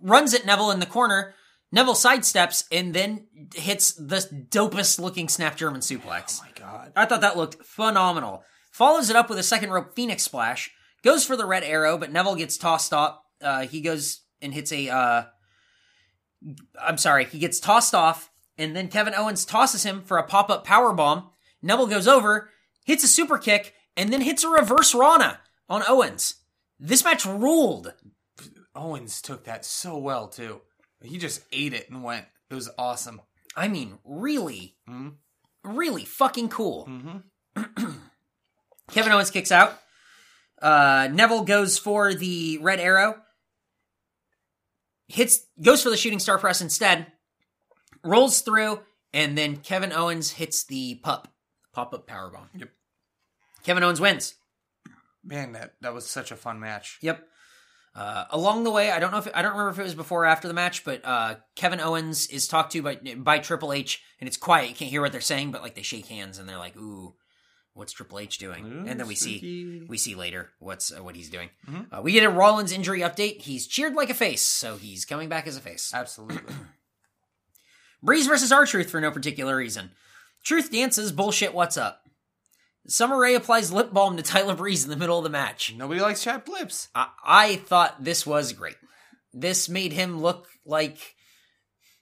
[SPEAKER 3] runs at Neville in the corner. Neville sidesteps and then hits the dopest looking snap German suplex.
[SPEAKER 4] my god.
[SPEAKER 3] I thought that looked phenomenal. Follows it up with a second rope Phoenix splash. Goes for the red arrow, but Neville gets tossed up. Uh, he goes and hits a. Uh, I'm sorry, he gets tossed off, and then Kevin Owens tosses him for a pop up power bomb. Neville goes over, hits a super kick, and then hits a reverse Rana on Owens. This match ruled.
[SPEAKER 4] Owens took that so well too. He just ate it and went. It was awesome. Mm-hmm.
[SPEAKER 3] I mean, really, really fucking cool. Kevin Owens kicks out. Uh, Neville goes for the red arrow. Hits goes for the shooting star press instead. Rolls through, and then Kevin Owens hits the pup pop up power bomb.
[SPEAKER 4] Yep.
[SPEAKER 3] Kevin Owens wins.
[SPEAKER 4] Man, that that was such a fun match.
[SPEAKER 3] Yep. Uh, along the way, I don't know if I don't remember if it was before or after the match, but uh, Kevin Owens is talked to by by Triple H, and it's quiet. You can't hear what they're saying, but like they shake hands and they're like, "Ooh, what's Triple H doing?" and then we see
[SPEAKER 4] spooky.
[SPEAKER 3] we see later what's uh, what he's doing. Uh, we get a Rollins injury update. He's cheered like a face, so he's coming back as a face.
[SPEAKER 4] Absolutely.
[SPEAKER 3] Breeze versus R Truth for no particular reason. Truth dances bullshit. What's up? Summer Rae applies lip balm to Tyler Breeze in the middle of the match.
[SPEAKER 4] Nobody likes chapped lips.
[SPEAKER 3] I, I thought this was great. This made him look like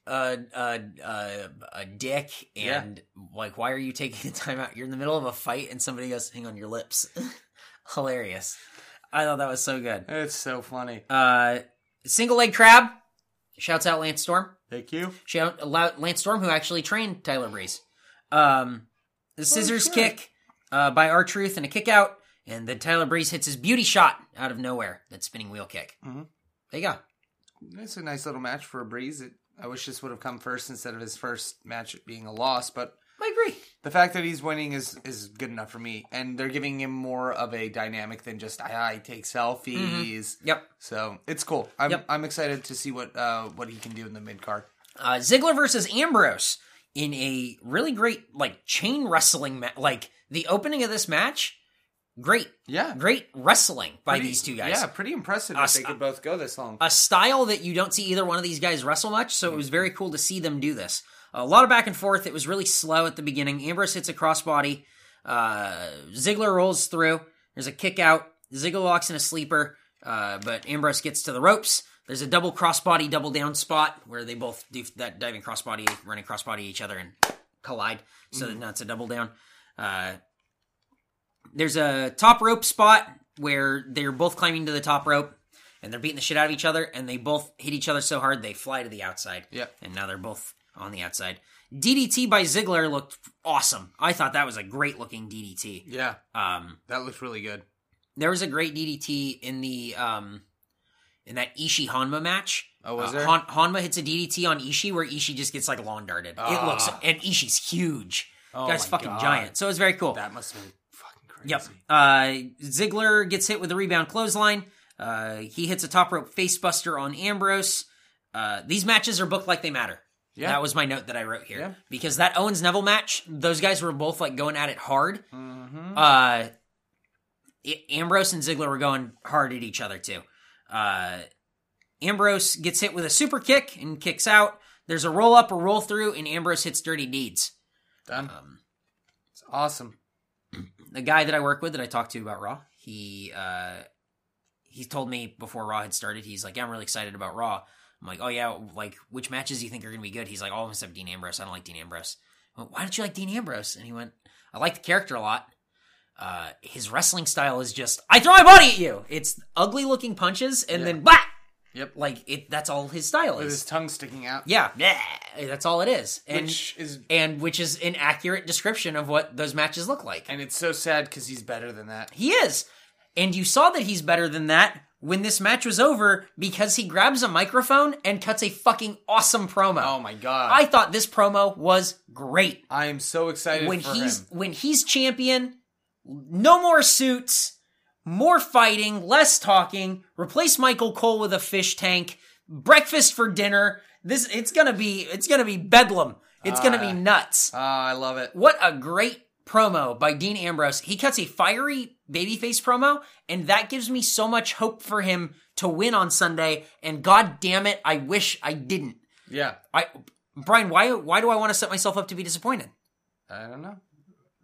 [SPEAKER 3] a a a, a dick,
[SPEAKER 4] Yeah.
[SPEAKER 3] and like, why are you taking the time out? You're in the middle of a fight, and somebody goes, "Hang on your lips." Hilarious. I thought that was so good.
[SPEAKER 4] It's so funny.
[SPEAKER 3] Uh, single leg crab shouts out Lance Storm.
[SPEAKER 4] Thank you.
[SPEAKER 3] Shout out Lance Storm, who actually trained Tyler Breeze. Um,
[SPEAKER 4] Oh,
[SPEAKER 3] the scissors
[SPEAKER 4] shit.
[SPEAKER 3] kick uh, by R Truth and a kick out, and then Tyler Breeze hits his beauty shot out of nowhere. That spinning wheel kick.
[SPEAKER 4] Mhm.
[SPEAKER 3] There you go.
[SPEAKER 4] It's a nice little match for a breeze. It, I wish this would have come first instead of his first match being a loss, but
[SPEAKER 3] I agree.
[SPEAKER 4] the fact that he's winning is is good enough for me. And they're giving him more of a dynamic than just I, I take selfies.
[SPEAKER 3] Yep.
[SPEAKER 4] So it's cool. I'm
[SPEAKER 3] Mm-hmm. Yep.
[SPEAKER 4] I'm excited to see what uh what he can do in the mid card.
[SPEAKER 3] Uh, Ziggler versus Ambrose in a really great like chain wrestling ma- like the opening of this match. Great,
[SPEAKER 4] Yeah,
[SPEAKER 3] great wrestling by
[SPEAKER 4] Pretty-
[SPEAKER 3] these two guys.
[SPEAKER 4] Yeah, pretty impressive
[SPEAKER 3] Us-
[SPEAKER 4] that they could both go this long.
[SPEAKER 3] a style that you don't see either one of these guys wrestle much, so it was very cool to see them do this. A lot of back and forth. It was really slow at the beginning. Ambrose hits a crossbody. Uh, Ziggler rolls through. There's a kick out. Ziggler locks in a sleeper, uh, but Ambrose gets to the ropes. There's a double crossbody, double down spot where they both do that diving crossbody, running crossbody each other and collide. So that now it's a double down. Uh, there's a top rope spot where they're both climbing to the top rope and they're beating the shit out of each other and they both hit each other so hard they fly to the outside
[SPEAKER 4] Yep.
[SPEAKER 3] and now they're both on the outside DDT by Ziggler looked awesome. I thought that was a great looking DDT.
[SPEAKER 4] Yeah,
[SPEAKER 3] Um,
[SPEAKER 4] that looks really good.
[SPEAKER 3] there was a great DDT in the um in that Ishii Hanma match.
[SPEAKER 4] Oh, was
[SPEAKER 3] Uh,
[SPEAKER 4] there?
[SPEAKER 3] Han- Hanma hits a DDT on Ishii where Ishii just gets like lawn darted. It
[SPEAKER 4] Ah.
[SPEAKER 3] looks and Ishii's huge.
[SPEAKER 4] Oh
[SPEAKER 3] Guy's
[SPEAKER 4] my
[SPEAKER 3] fucking
[SPEAKER 4] God.
[SPEAKER 3] giant. So it's very cool.
[SPEAKER 4] That must have been fucking crazy.
[SPEAKER 3] Yep. Uh, Ziggler gets hit with a rebound clothesline. Uh, he hits a top rope facebuster on Ambrose. Uh, these matches are booked like they matter.
[SPEAKER 4] Yeah.
[SPEAKER 3] That was my note that I wrote here
[SPEAKER 4] Yeah.
[SPEAKER 3] because that Owens Neville match, those guys were both like going at it hard.
[SPEAKER 4] Mm-hmm.
[SPEAKER 3] Uh, I- Ambrose and Ziggler were going hard at each other too. Uh, Ambrose gets hit with a super kick and kicks out. There's a roll up, a roll through, and Ambrose hits Dirty Deeds.
[SPEAKER 4] Done.
[SPEAKER 3] Um,
[SPEAKER 4] It's awesome.
[SPEAKER 3] the guy that I work with that I talked to about Raw, he uh he told me before Raw had started, he's like, yeah, I'm really excited about Raw. I'm like, oh yeah, like which matches do you think are gonna be good? He's like, all of them except Dean Ambrose. I don't like Dean Ambrose. I went, Why don't you like Dean Ambrose? And he went, I like the character a lot. Uh, his wrestling style is just I throw my body at you. It's ugly looking punches and then bah!
[SPEAKER 4] Yep.
[SPEAKER 3] Like it that's all his style
[SPEAKER 4] With
[SPEAKER 3] is.
[SPEAKER 4] his tongue sticking out,
[SPEAKER 3] yeah. bleh, That's all it is. And
[SPEAKER 4] which is
[SPEAKER 3] and which is an accurate description of what those matches look like.
[SPEAKER 4] and it's so sad because he's better than that.
[SPEAKER 3] He is. And you saw that he's better than that when this match was over because he grabs a microphone and cuts a fucking awesome promo.
[SPEAKER 4] Oh my god.
[SPEAKER 3] I thought this promo was great.
[SPEAKER 4] I am so excited
[SPEAKER 3] When
[SPEAKER 4] for
[SPEAKER 3] he's
[SPEAKER 4] him.
[SPEAKER 3] when he's champion, no more suits, more fighting, less talking, replace Michael Cole with a fish tank, breakfast for dinner. This it's going to be it's going to be bedlam. It's going to be nuts.
[SPEAKER 4] Ah, I love it.
[SPEAKER 3] What a great promo by Dean Ambrose. He cuts a fiery babyface promo, and that gives me so much hope for him to win on Sunday. And god damn it, I wish I didn't.
[SPEAKER 4] Yeah.
[SPEAKER 3] I Brian, why why do I want to set myself up to be disappointed?
[SPEAKER 4] I don't know.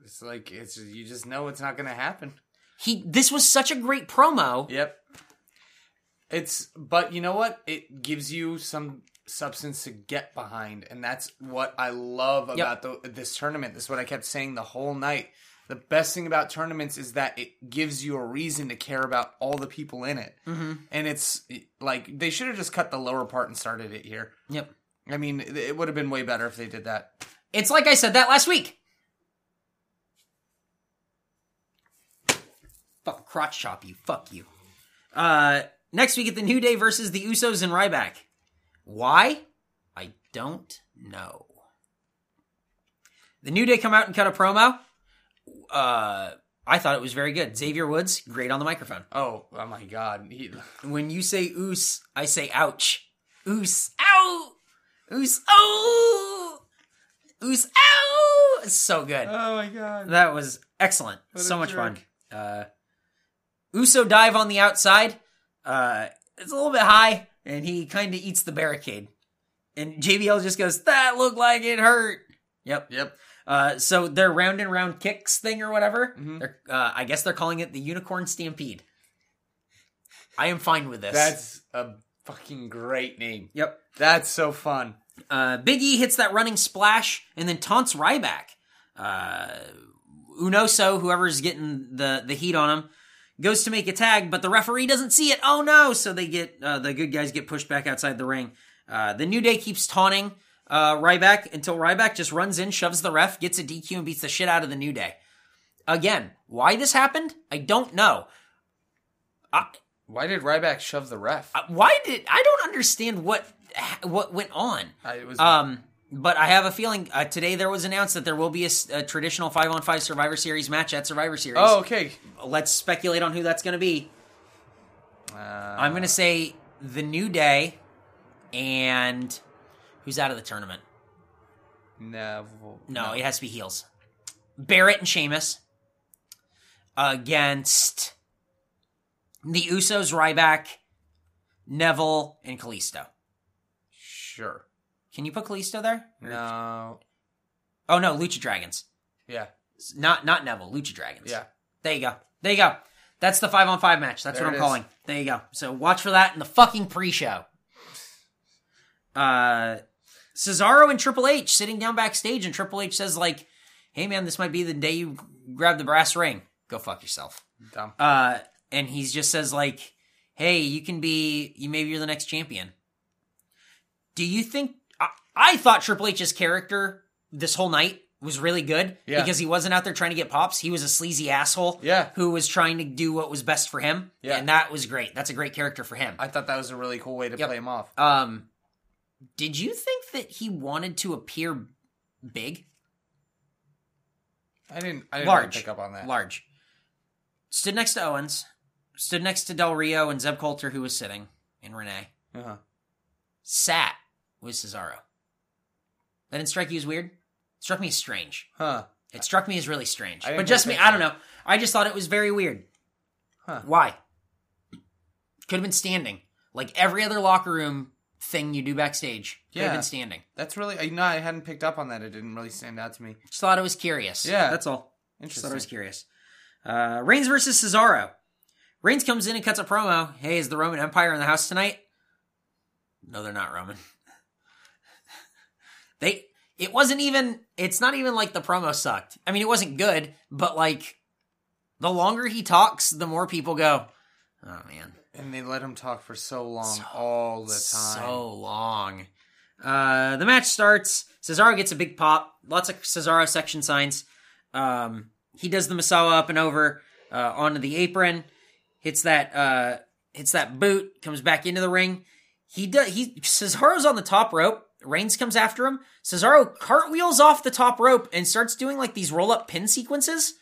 [SPEAKER 4] It's like it's you just know it's not going to happen.
[SPEAKER 3] He this was such a great promo.
[SPEAKER 4] Yep. It's but you know what? It gives you some substance to get behind, and that's what I love about the, this tournament. That's what I kept saying the whole night. The best thing about tournaments is that it gives you a reason to care about all the people in it, mm-hmm. and it's like they should have just cut the lower part and started it here.
[SPEAKER 3] Yep.
[SPEAKER 4] I mean, it- it would have been way better if they did that.
[SPEAKER 3] It's like I said that last week. Fuck crotch chop you. Fuck you. Uh, next we get the New Day versus the Usos and Ryback. Why? I don't know. The New Day come out and cut a promo. Uh, I thought it was very good. Xavier Woods, great on the microphone.
[SPEAKER 4] Oh, oh my God! He,
[SPEAKER 3] When you say oos, I say ouch. Oos, ow! Oos, ow! Oos, ow! It's so good.
[SPEAKER 4] oh my God!
[SPEAKER 3] That was excellent.
[SPEAKER 4] What a
[SPEAKER 3] so much
[SPEAKER 4] jerk.
[SPEAKER 3] fun. Uh, Uso dive on the outside. Uh, it's a little bit high, and he kind of eats the barricade. And JBL just goes, "That looked like it hurt." Yep.
[SPEAKER 4] Yep.
[SPEAKER 3] Uh, so their round and round kicks thing or whatever.
[SPEAKER 4] Mhm.
[SPEAKER 3] They're, uh, I guess they're calling it the Unicorn Stampede. I am fine with this.
[SPEAKER 4] That's a fucking great name.
[SPEAKER 3] yep.
[SPEAKER 4] That's so fun.
[SPEAKER 3] Uh, Big E hits that running splash and then taunts Ryback. Uh, Unoso, whoever's getting the, the heat on him, goes to make a tag, but the referee doesn't see it. Oh no! So they get uh, the good guys get pushed back outside the ring. Uh, the New Day keeps taunting uh, Ryback until Ryback just runs in, shoves the ref, gets a DQ, and beats the shit out of the New Day. Again, why this happened, I don't know. I,
[SPEAKER 4] Why did Ryback shove the ref?
[SPEAKER 3] I- Uh, why did I don't understand what what went on.
[SPEAKER 4] I, it was
[SPEAKER 3] Um, but I have a feeling uh, today there was announced that there will be a, s- a traditional five on five Survivor Series match at Survivor Series.
[SPEAKER 4] Oh, okay.
[SPEAKER 3] let's speculate on who that's going to be.
[SPEAKER 4] Uh,
[SPEAKER 3] I'm going to say the New Day and who's out of the tournament?
[SPEAKER 4] no,
[SPEAKER 3] No, it has to be heels. Barrett and Sheamus against the Usos, Ryback, Neville, and Kalisto.
[SPEAKER 4] Sure.
[SPEAKER 3] Can you put Kalisto there?
[SPEAKER 4] No.
[SPEAKER 3] Oh no, Lucha Dragons.
[SPEAKER 4] Yeah.
[SPEAKER 3] Not not Neville, Lucha Dragons.
[SPEAKER 4] Yeah.
[SPEAKER 3] There you go. There you go. That's the five on five match. That's
[SPEAKER 4] There
[SPEAKER 3] what I'm
[SPEAKER 4] it is.
[SPEAKER 3] calling. There you go. So watch for that in the fucking pre-show. Uh, Cesaro and Triple H sitting down backstage, and Triple H says like, "Hey man, this might be the day you grab the brass ring. Go fuck yourself."
[SPEAKER 4] Dumb.
[SPEAKER 3] Uh, and he just says like, "Hey, you can be. You maybe you're the next champion." Do you think? I, I thought Triple H's character this whole night was really good
[SPEAKER 4] Yeah.
[SPEAKER 3] because he wasn't out there trying to get pops. He was a sleazy asshole
[SPEAKER 4] Yeah.
[SPEAKER 3] who was trying to do what was best for him.
[SPEAKER 4] Yeah.
[SPEAKER 3] And that was great. That's a great character for him.
[SPEAKER 4] I thought that was a really cool way to play him off.
[SPEAKER 3] Um, did you think that he wanted to appear big,
[SPEAKER 4] I didn't. I didn't really
[SPEAKER 3] large?
[SPEAKER 4] pick up on that.
[SPEAKER 3] Large. Stood next to Owens. Stood next to Del Rio and Zeb Coulter, who was sitting, and Renee.
[SPEAKER 4] Uh-huh.
[SPEAKER 3] Sat with Cesaro. That didn't strike you as weird. It struck me as strange.
[SPEAKER 4] Huh.
[SPEAKER 3] It struck me as really strange.
[SPEAKER 4] I didn't
[SPEAKER 3] But just me,
[SPEAKER 4] think
[SPEAKER 3] I don't know. I just thought it was very weird.
[SPEAKER 4] Huh.
[SPEAKER 3] Why? Could have been standing. Like every other locker room thing you do backstage. Could have
[SPEAKER 4] Yeah.
[SPEAKER 3] been standing.
[SPEAKER 4] That's really. I- No, I hadn't picked up on that. It didn't really stand out to me.
[SPEAKER 3] Just thought it was curious.
[SPEAKER 4] Yeah.
[SPEAKER 3] That's all. Just thought
[SPEAKER 4] Interesting.
[SPEAKER 3] it was curious. Uh, Reigns versus Cesaro. Reigns comes in and cuts a promo. Hey, is the Roman Empire in the house tonight? No, they're not Roman. they. It wasn't even. It's not even like the promo sucked. I mean, it wasn't good, but like, the longer he talks, the more people go. Oh man,
[SPEAKER 4] And they let him talk for so long, all the time.
[SPEAKER 3] so long. Uh, the match starts. Cesaro gets a big pop. Lots of Cesaro section signs. Um, he does the Masawa up and over uh, onto the apron. Hits that uh, hits that boot. Comes back into the ring. He does. He Cesaro's on the top rope. Reigns comes after him. Cesaro cartwheels off the top rope and starts doing like these roll up pin sequences.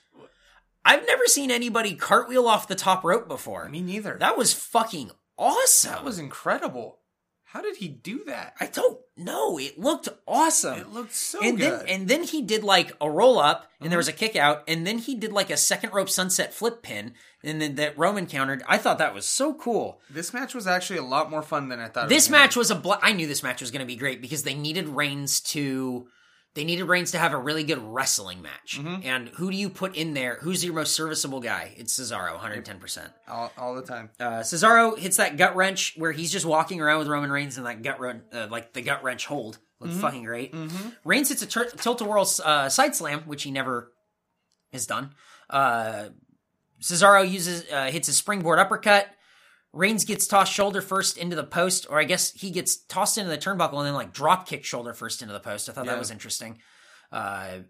[SPEAKER 3] I've never seen anybody cartwheel off the top rope before.
[SPEAKER 4] me neither.
[SPEAKER 3] That was fucking awesome.
[SPEAKER 4] That was incredible. How did he do that?
[SPEAKER 3] I don't know. It looked awesome.
[SPEAKER 4] It looked so
[SPEAKER 3] and
[SPEAKER 4] good. Mm-hmm.
[SPEAKER 3] then and then he did like a roll up, and there was a kick out, and then he did like a second rope sunset flip pin, and then that Roman countered. I thought that was so cool.
[SPEAKER 4] this match was actually a lot more fun than I thought.
[SPEAKER 3] This
[SPEAKER 4] it was gonna
[SPEAKER 3] match was a. Bl- I knew this match was going to be great because they needed Reigns to. They needed Reigns to have a really good wrestling match.
[SPEAKER 4] Mm-hmm.
[SPEAKER 3] And who do you put in there? Who's your most serviceable guy? It's Cesaro, 110%.
[SPEAKER 4] be. all, all the time.
[SPEAKER 3] Uh, Cesaro hits that gut wrench where he's just walking around with Roman Reigns in that gut run, uh, like the gut wrench hold. Looked
[SPEAKER 4] Mm-hmm.
[SPEAKER 3] fucking great. Reigns hits a tur tilt a whirl uh, side slam, which he never has done. Uh, Cesaro uses uh, hits a springboard uppercut. Reigns gets tossed shoulder first into the post, or I guess he gets tossed into the turnbuckle and then like drop kick shoulder first into the post. I thought that
[SPEAKER 4] Yeah.
[SPEAKER 3] was interesting. Uh,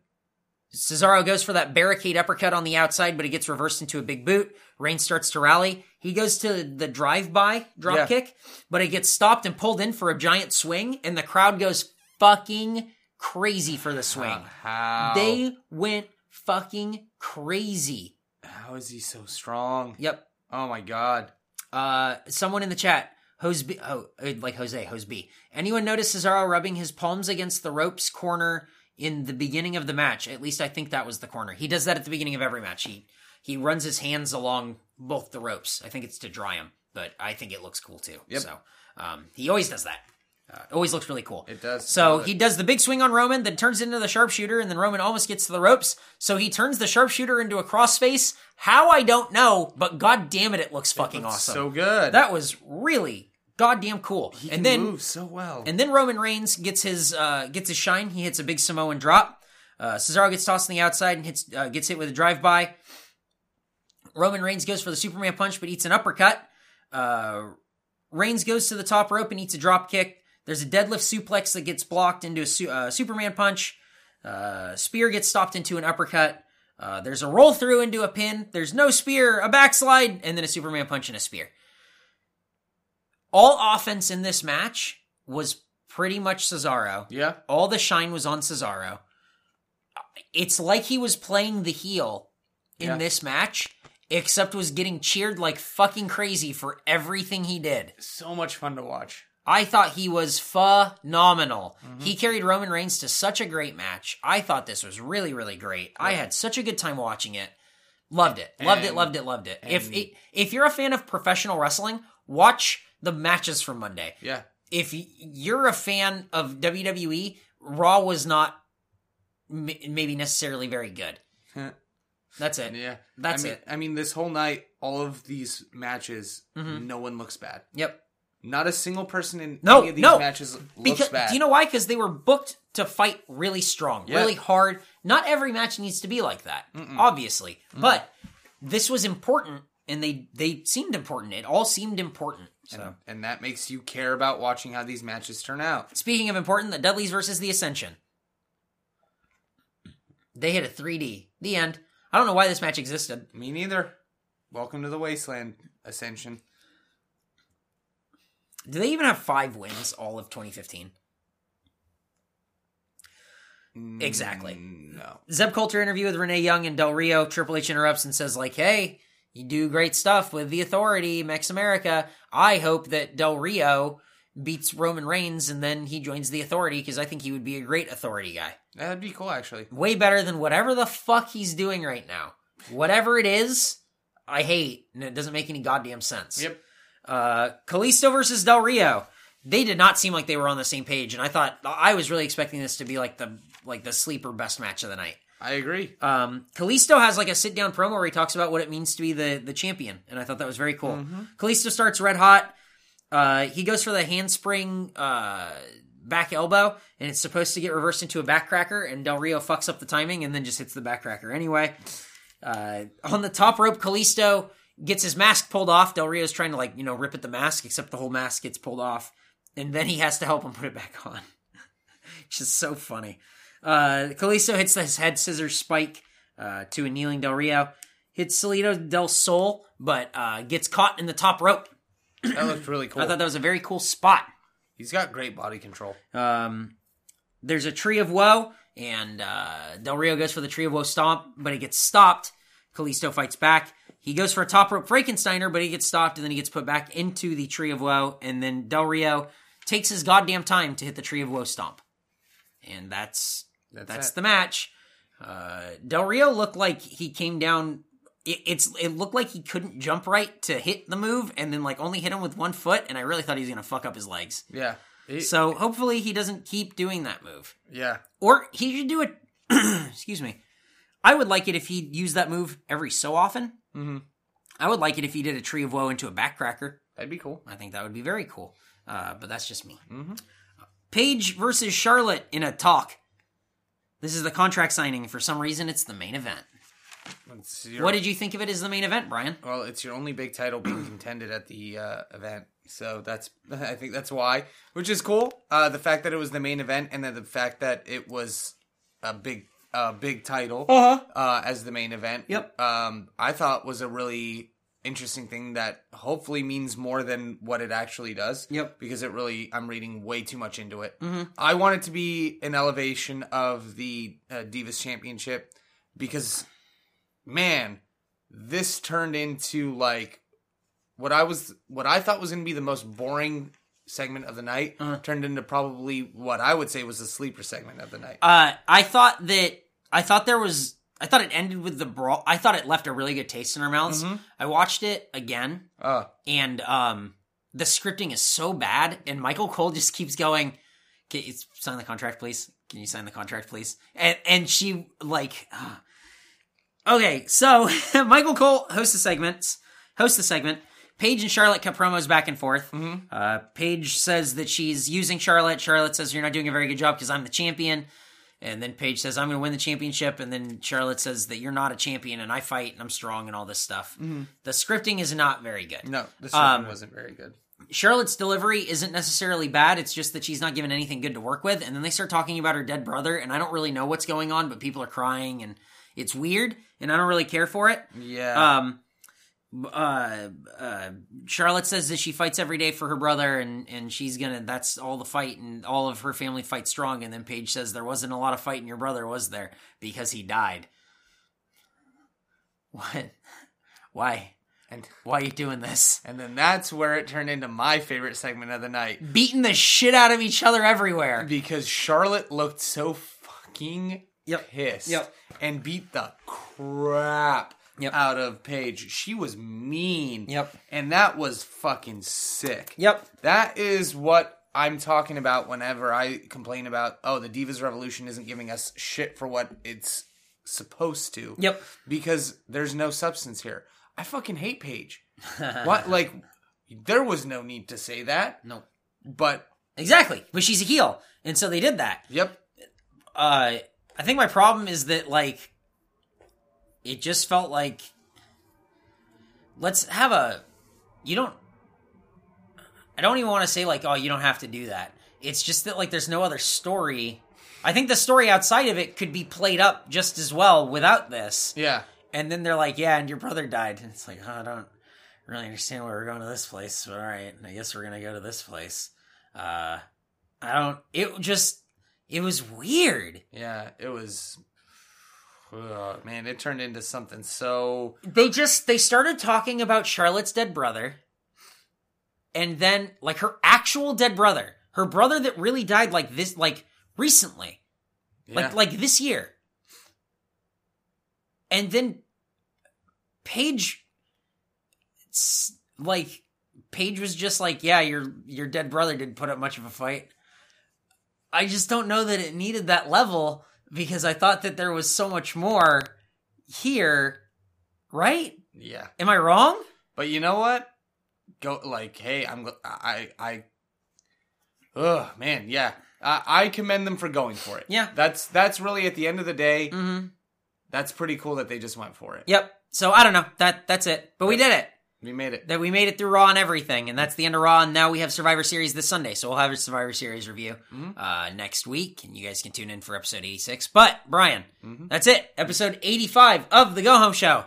[SPEAKER 3] Cesaro goes for that barricade uppercut on the outside, but it gets reversed into a big boot. Reigns starts to rally. He goes to the drive by drop
[SPEAKER 4] Yeah.
[SPEAKER 3] kick, but it gets stopped and pulled in for a giant swing, and the crowd goes fucking crazy for the swing.
[SPEAKER 4] How
[SPEAKER 3] They went fucking crazy.
[SPEAKER 4] How is he so strong?
[SPEAKER 3] Yep.
[SPEAKER 4] Oh my god.
[SPEAKER 3] Uh, someone in the chat, Jose, B, oh, uh, like Jose, Jose B. Anyone notice Cesaro rubbing his palms against the ropes corner in the beginning of the match? At least I think that was the corner. He does that at the beginning of every match. He he runs his hands along both the ropes. I think it's to dry them, but I think it looks cool too.
[SPEAKER 4] Yep.
[SPEAKER 3] So um, he always does that. Uh, it always looks really cool.
[SPEAKER 4] It does.
[SPEAKER 3] So
[SPEAKER 4] Love
[SPEAKER 3] he does the big swing on Roman, then turns it into the sharpshooter, and then Roman almost gets to the ropes. So he turns the sharpshooter into a crossface. How I don't know, but god damn it, it looks fucking awesome.
[SPEAKER 4] So good.
[SPEAKER 3] That was really goddamn cool.
[SPEAKER 4] he
[SPEAKER 3] and
[SPEAKER 4] can
[SPEAKER 3] then
[SPEAKER 4] move so well.
[SPEAKER 3] and then Roman Reigns gets his uh, gets his shine. He hits a big Samoan drop. Uh, Cesaro gets tossed on the outside and hits uh, gets hit with a drive by. Roman Reigns goes for the Superman punch, but eats an uppercut. Uh, Reigns goes to the top rope and eats a drop kick. There's a deadlift suplex that gets blocked into a su- uh, Superman punch. Uh, spear gets stopped into an uppercut. Uh, there's a roll through into a pin. There's no spear, a backslide, and then a Superman punch and a spear. All offense in this match was pretty much Cesaro.
[SPEAKER 4] yeah.
[SPEAKER 3] All the shine was on Cesaro. It's like he was playing the heel in
[SPEAKER 4] Yeah.
[SPEAKER 3] this match, except was getting cheered like fucking crazy for everything he did.
[SPEAKER 4] So much fun to watch.
[SPEAKER 3] I thought he was phenomenal. He carried Roman Reigns to such a great match. I thought this was really, really great. I had such a good time watching it. Loved it. Loved it.
[SPEAKER 4] And-
[SPEAKER 3] Loved it. Loved it. If
[SPEAKER 4] and-
[SPEAKER 3] it, if you're a fan of professional wrestling, watch the matches from Monday
[SPEAKER 4] Yeah.
[SPEAKER 3] if y- you're a fan of WWE, Raw was not m- maybe necessarily very good. That's it.
[SPEAKER 4] Yeah. I
[SPEAKER 3] That's
[SPEAKER 4] mean,
[SPEAKER 3] it.
[SPEAKER 4] I mean, this whole night, all of these matches, no one looks bad.
[SPEAKER 3] Yep.
[SPEAKER 4] Not a single person in
[SPEAKER 3] Mm-hmm. No,
[SPEAKER 4] any of these
[SPEAKER 3] no.
[SPEAKER 4] matches looks
[SPEAKER 3] Because
[SPEAKER 4] bad.
[SPEAKER 3] do you know why? Because they were booked to fight really strong,
[SPEAKER 4] Yeah.
[SPEAKER 3] really hard. Not every match needs to be like that, obviously, but this was important, and they they seemed important. It all seemed important. So.
[SPEAKER 4] and that makes you care about watching how these matches turn out.
[SPEAKER 3] Speaking of important, the Dudleys versus the Ascension. They hit a 3D. The end. I don't know why this match existed.
[SPEAKER 4] Me neither. Welcome to the wasteland, Ascension.
[SPEAKER 3] Do they even have five wins all of 2015? Exactly.
[SPEAKER 4] Mm, No.
[SPEAKER 3] Zeb Coulter interview with Renee Young and Del Rio. Triple H interrupts and says, like, hey, you do great stuff with the authority, Mex America. I hope that Del Rio beats Roman Reigns and then he joins the authority because I think he would be a great authority guy.
[SPEAKER 4] That'd be cool, actually.
[SPEAKER 3] Way better than whatever the fuck he's doing right now. Whatever it is, I hate, and it doesn't make any goddamn sense. Uh, Kalisto versus Del Rio. They did not seem like they were on the same page, and I thought I was really expecting this to be like the like the sleeper best match of the night.
[SPEAKER 4] I agree.
[SPEAKER 3] Um, Kalisto has like a sit down promo where he talks about what it means to be the the champion, and I thought that was very cool. Kalisto starts red hot. Uh, he goes for the handspring uh, back elbow, and it's supposed to get reversed into a backcracker, and Del Rio fucks up the timing and then just hits the backcracker anyway. Uh, on the top rope, Kalisto gets his mask pulled off. Del Rio's trying to like you know rip at the mask, except the whole mask gets pulled off, and then he has to help him put it back on. Which is so funny. Uh, Kalisto hits his head scissors spike uh, to a kneeling Del Rio. Hits Salido del Sol, but uh, gets caught in the top rope.
[SPEAKER 4] That looked really cool.
[SPEAKER 3] I thought that was a very cool spot.
[SPEAKER 4] He's got great body control.
[SPEAKER 3] Um, there's a tree of woe, and uh, Del Rio goes for the tree of woe stomp, but it gets stopped. Kalisto fights back. He goes for a top rope Frankensteiner, but he gets stopped, and then he gets put back into the tree of woe. And then Del Rio takes his goddamn time to hit the tree of woe stomp, and that's that's,
[SPEAKER 4] it.
[SPEAKER 3] the match. Uh, Del Rio looked like he came down. It, it's it looked like he couldn't jump right to hit the move, and then like only hit him with one foot. And I really thought he was gonna fuck up his legs.
[SPEAKER 4] Yeah. He-
[SPEAKER 3] So hopefully he doesn't keep doing that move.
[SPEAKER 4] yeah.
[SPEAKER 3] Or he should do it. excuse me. I would like it if he used that move every so often. Mm-hmm. I would like it if he did a Tree of Woe into a backcracker.
[SPEAKER 4] That'd be cool.
[SPEAKER 3] I think that would be very cool. Uh, but that's just me. Paige versus Charlotte in a talk. This is the contract signing. For some reason, it's the main event.
[SPEAKER 4] It's your,
[SPEAKER 3] What did you think of it as the main event, Brian?
[SPEAKER 4] well, it's your only big title being contended at the uh, event. So that's I think that's why, which is cool. Uh, the fact that it was the main event and then the fact that it was a big a big title
[SPEAKER 3] Uh-huh.
[SPEAKER 4] uh, as the main event.
[SPEAKER 3] Yep.
[SPEAKER 4] Um, I thought was a really interesting thing that hopefully means more than what it actually does.
[SPEAKER 3] Yep. Mm-hmm.
[SPEAKER 4] Because it really, I'm reading way too much into it. I want it to be an elevation of the uh, Divas Championship because, man, this turned into like what I was, what I thought was going to be the most boring segment of the night
[SPEAKER 3] Uh-huh.
[SPEAKER 4] turned into probably what I would say was the sleeper segment of the night.
[SPEAKER 3] Uh, I thought that I thought there was I thought it ended with the brawl. I thought it left a really good taste in our mouths. I watched it again,
[SPEAKER 4] Uh,
[SPEAKER 3] and um, the scripting is so bad. And Michael Cole just keeps going. Can you sign the contract, please? Can you sign the contract, please? And and she like, okay. So Michael Cole hosts the segments. Hosts the segment. Paige and Charlotte cut promos back and forth. Uh, Paige says that she's using Charlotte. Charlotte says you're not doing a very good job because I'm the champion. And then Paige says, I'm going to win the championship. And then Charlotte says that you're not a champion and I fight and I'm strong and all this stuff. The scripting is not very good.
[SPEAKER 4] no, this
[SPEAKER 3] um,
[SPEAKER 4] one wasn't very good.
[SPEAKER 3] Charlotte's delivery isn't necessarily bad. It's just that she's not given anything good to work with. And then they start talking about her dead brother, and I don't really know what's going on, but people are crying, and it's weird, and I don't really care for it.
[SPEAKER 4] Yeah.
[SPEAKER 3] Um, uh, uh, Charlotte says that she fights every day for her brother, and and she's gonna. That's all the fight, and all of her family fights strong. And then Paige says there wasn't a lot of fight in your brother, was there? Because he died. What? Why?
[SPEAKER 4] and
[SPEAKER 3] Why are you doing this?
[SPEAKER 4] And then that's where it turned into my favorite segment of the night
[SPEAKER 3] Beating the shit out of each other everywhere.
[SPEAKER 4] because Charlotte looked so fucking
[SPEAKER 3] Yep.
[SPEAKER 4] pissed
[SPEAKER 3] Yep.
[SPEAKER 4] and beat the crap
[SPEAKER 3] Yep.
[SPEAKER 4] out of Paige. She was mean.
[SPEAKER 3] Yep.
[SPEAKER 4] And that was fucking sick.
[SPEAKER 3] Yep.
[SPEAKER 4] That is what I'm talking about whenever I complain about, oh, the Divas Revolution isn't giving us shit for what it's supposed to.
[SPEAKER 3] Yep.
[SPEAKER 4] Because there's no substance here. I fucking hate Paige. what? Like, there was no need to say that,
[SPEAKER 3] No.
[SPEAKER 4] but
[SPEAKER 3] Exactly. But she's a heel. And so they did that.
[SPEAKER 4] yep.
[SPEAKER 3] Uh I think my problem is that like it just felt like let's have a you don't I don't even want to say like oh you don't have to do that. It's just that like there's no other story I think the story outside of it could be played up just as well without this.
[SPEAKER 4] Yeah.
[SPEAKER 3] And then they're like, yeah, and your brother died. And it's like, oh, I don't really understand why we're going to this place. But all right, I guess we're going to go to this place. Uh, I don't, it just, it was weird.
[SPEAKER 4] Yeah, it was. Ugh, man, it turned into something so.
[SPEAKER 3] They just, they started talking about Charlotte's dead brother. And then, like, her actual dead brother, her brother that really died, like, this, like, recently.
[SPEAKER 4] Yeah.
[SPEAKER 3] like like this year. And then Paige, s- like Paige was just like, yeah, your your dead brother didn't put up much of a fight. I just don't know that it needed that level because I thought that there was so much more here, right?
[SPEAKER 4] yeah.
[SPEAKER 3] Am I wrong?
[SPEAKER 4] But you know what? Go like, hey, I'm gl- I I. Oh man, yeah. I, I commend them for going for it.
[SPEAKER 3] Yeah.
[SPEAKER 4] That's that's really at the end of the day,
[SPEAKER 3] Mm-hmm.
[SPEAKER 4] that's pretty cool that they just went for it.
[SPEAKER 3] Yep. So I don't know. That that's it. But we did it.
[SPEAKER 4] We made it.
[SPEAKER 3] that we made it through Raw and everything, and that's the end of Raw. And now we have Survivor Series this Sunday, so we'll have a Survivor Series review
[SPEAKER 4] Mhm.
[SPEAKER 3] uh, next week, and you guys can tune in for episode eighty six. But Brian,
[SPEAKER 4] Mhm.
[SPEAKER 3] that's it. Episode eighty five of the Go Home Show.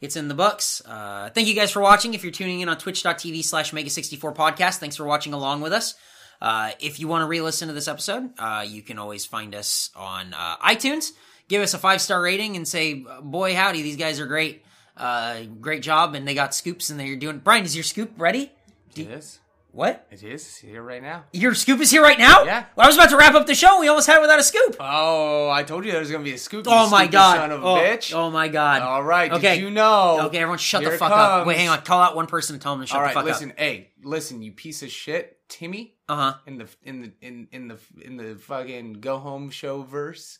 [SPEAKER 3] It's in the books. Uh, thank you guys for watching. If you're tuning in on twitch.tv slash mega64 podcast, thanks for watching along with us. Uh, if you want to re listen to this episode, uh, you can always find us on uh, iTunes. Give us a five star rating and say, boy, howdy, these guys are great. Uh, great job. And they got scoops and they're doing. Brian, is your scoop ready?
[SPEAKER 4] It is.
[SPEAKER 3] What?
[SPEAKER 4] It is It's here right now.
[SPEAKER 3] Your scoop is here right now?
[SPEAKER 4] Yeah.
[SPEAKER 3] Well, I was about to wrap up the show. We almost had it without a scoop.
[SPEAKER 4] Oh, I told you there was gonna be a scoop. you
[SPEAKER 3] Oh my
[SPEAKER 4] stupid
[SPEAKER 3] god!
[SPEAKER 4] son of a
[SPEAKER 3] oh,
[SPEAKER 4] bitch!
[SPEAKER 3] oh my god!
[SPEAKER 4] All right,
[SPEAKER 3] Okay.
[SPEAKER 4] did you know?
[SPEAKER 3] Okay, everyone, shut
[SPEAKER 4] Here
[SPEAKER 3] the
[SPEAKER 4] it
[SPEAKER 3] fuck up. Wait,
[SPEAKER 4] comes.
[SPEAKER 3] hang on. Call out one person and tell them to shut
[SPEAKER 4] All
[SPEAKER 3] the
[SPEAKER 4] right,
[SPEAKER 3] fuck
[SPEAKER 4] listen.
[SPEAKER 3] up.
[SPEAKER 4] Hey, listen, you piece of shit, Timmy.
[SPEAKER 3] Uh huh.
[SPEAKER 4] in the in the in in the in the fucking go home show verse.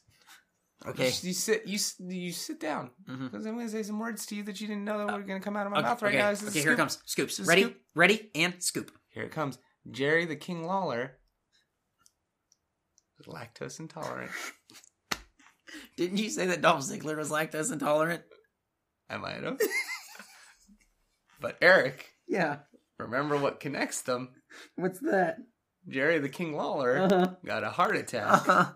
[SPEAKER 3] Okay. Mm-hmm.
[SPEAKER 4] You, sit you s- you sit down because I'm gonna say some words to you that you didn't know that were gonna come out of my mouth right
[SPEAKER 3] Uh, okay.
[SPEAKER 4] now. This
[SPEAKER 3] okay,
[SPEAKER 4] is a
[SPEAKER 3] here it
[SPEAKER 4] scoop.
[SPEAKER 3] comes. Scoops.
[SPEAKER 4] is a
[SPEAKER 3] Ready,
[SPEAKER 4] scoop.
[SPEAKER 3] ready, and scoop.
[SPEAKER 4] Here it comes. Jerry the King Lawler, is lactose intolerant.
[SPEAKER 3] Didn't you say that Dolph Ziggler was lactose intolerant?
[SPEAKER 4] I might have. but Eric,
[SPEAKER 3] Yeah.
[SPEAKER 4] remember what connects them?
[SPEAKER 3] What's that?
[SPEAKER 4] Jerry the King Lawler
[SPEAKER 3] Uh-huh.
[SPEAKER 4] got a heart attack
[SPEAKER 3] Uh huh.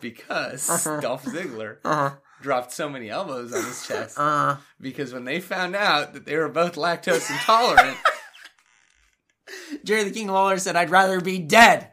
[SPEAKER 4] because
[SPEAKER 3] Uh-huh.
[SPEAKER 4] Dolph Ziggler
[SPEAKER 3] Uh huh.
[SPEAKER 4] dropped so many elbows on his chest.
[SPEAKER 3] Uh,
[SPEAKER 4] because when they found out that they were both lactose intolerant
[SPEAKER 3] Jerry the King Lawler said, "I'd rather be dead."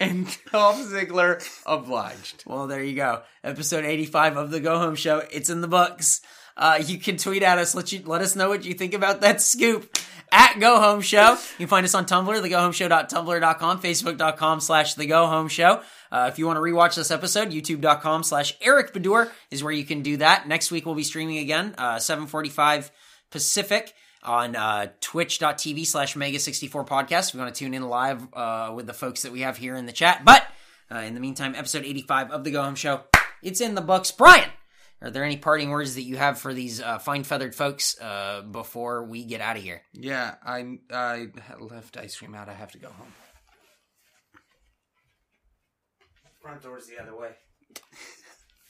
[SPEAKER 4] and Dolph Ziggler obliged.
[SPEAKER 3] Well, there you go. Episode 85 of the Go Home Show. It's in the books. Uh, you can tweet at us. Let you let us know what you think about that scoop at Go Home Show. You can find us on Tumblr, thegohomeshow.tumblr.com, facebook.com slash the Go Home Show. Uh, if you want to rewatch this episode, youtube.com slash Eric Bedour is where you can do that. Next week we'll be streaming again, uh, 745 Pacific on uh, twitch.tv slash mega64 podcast. If you want to tune in live uh, with the folks that we have here in the chat. But uh, in the meantime, episode 85 of The Go Home Show, it's in the books. Brian, are there any parting words that you have for these uh, fine feathered folks uh, before we get out of here?
[SPEAKER 4] Yeah, I I left ice cream out. I have to go home. Front door's the other way.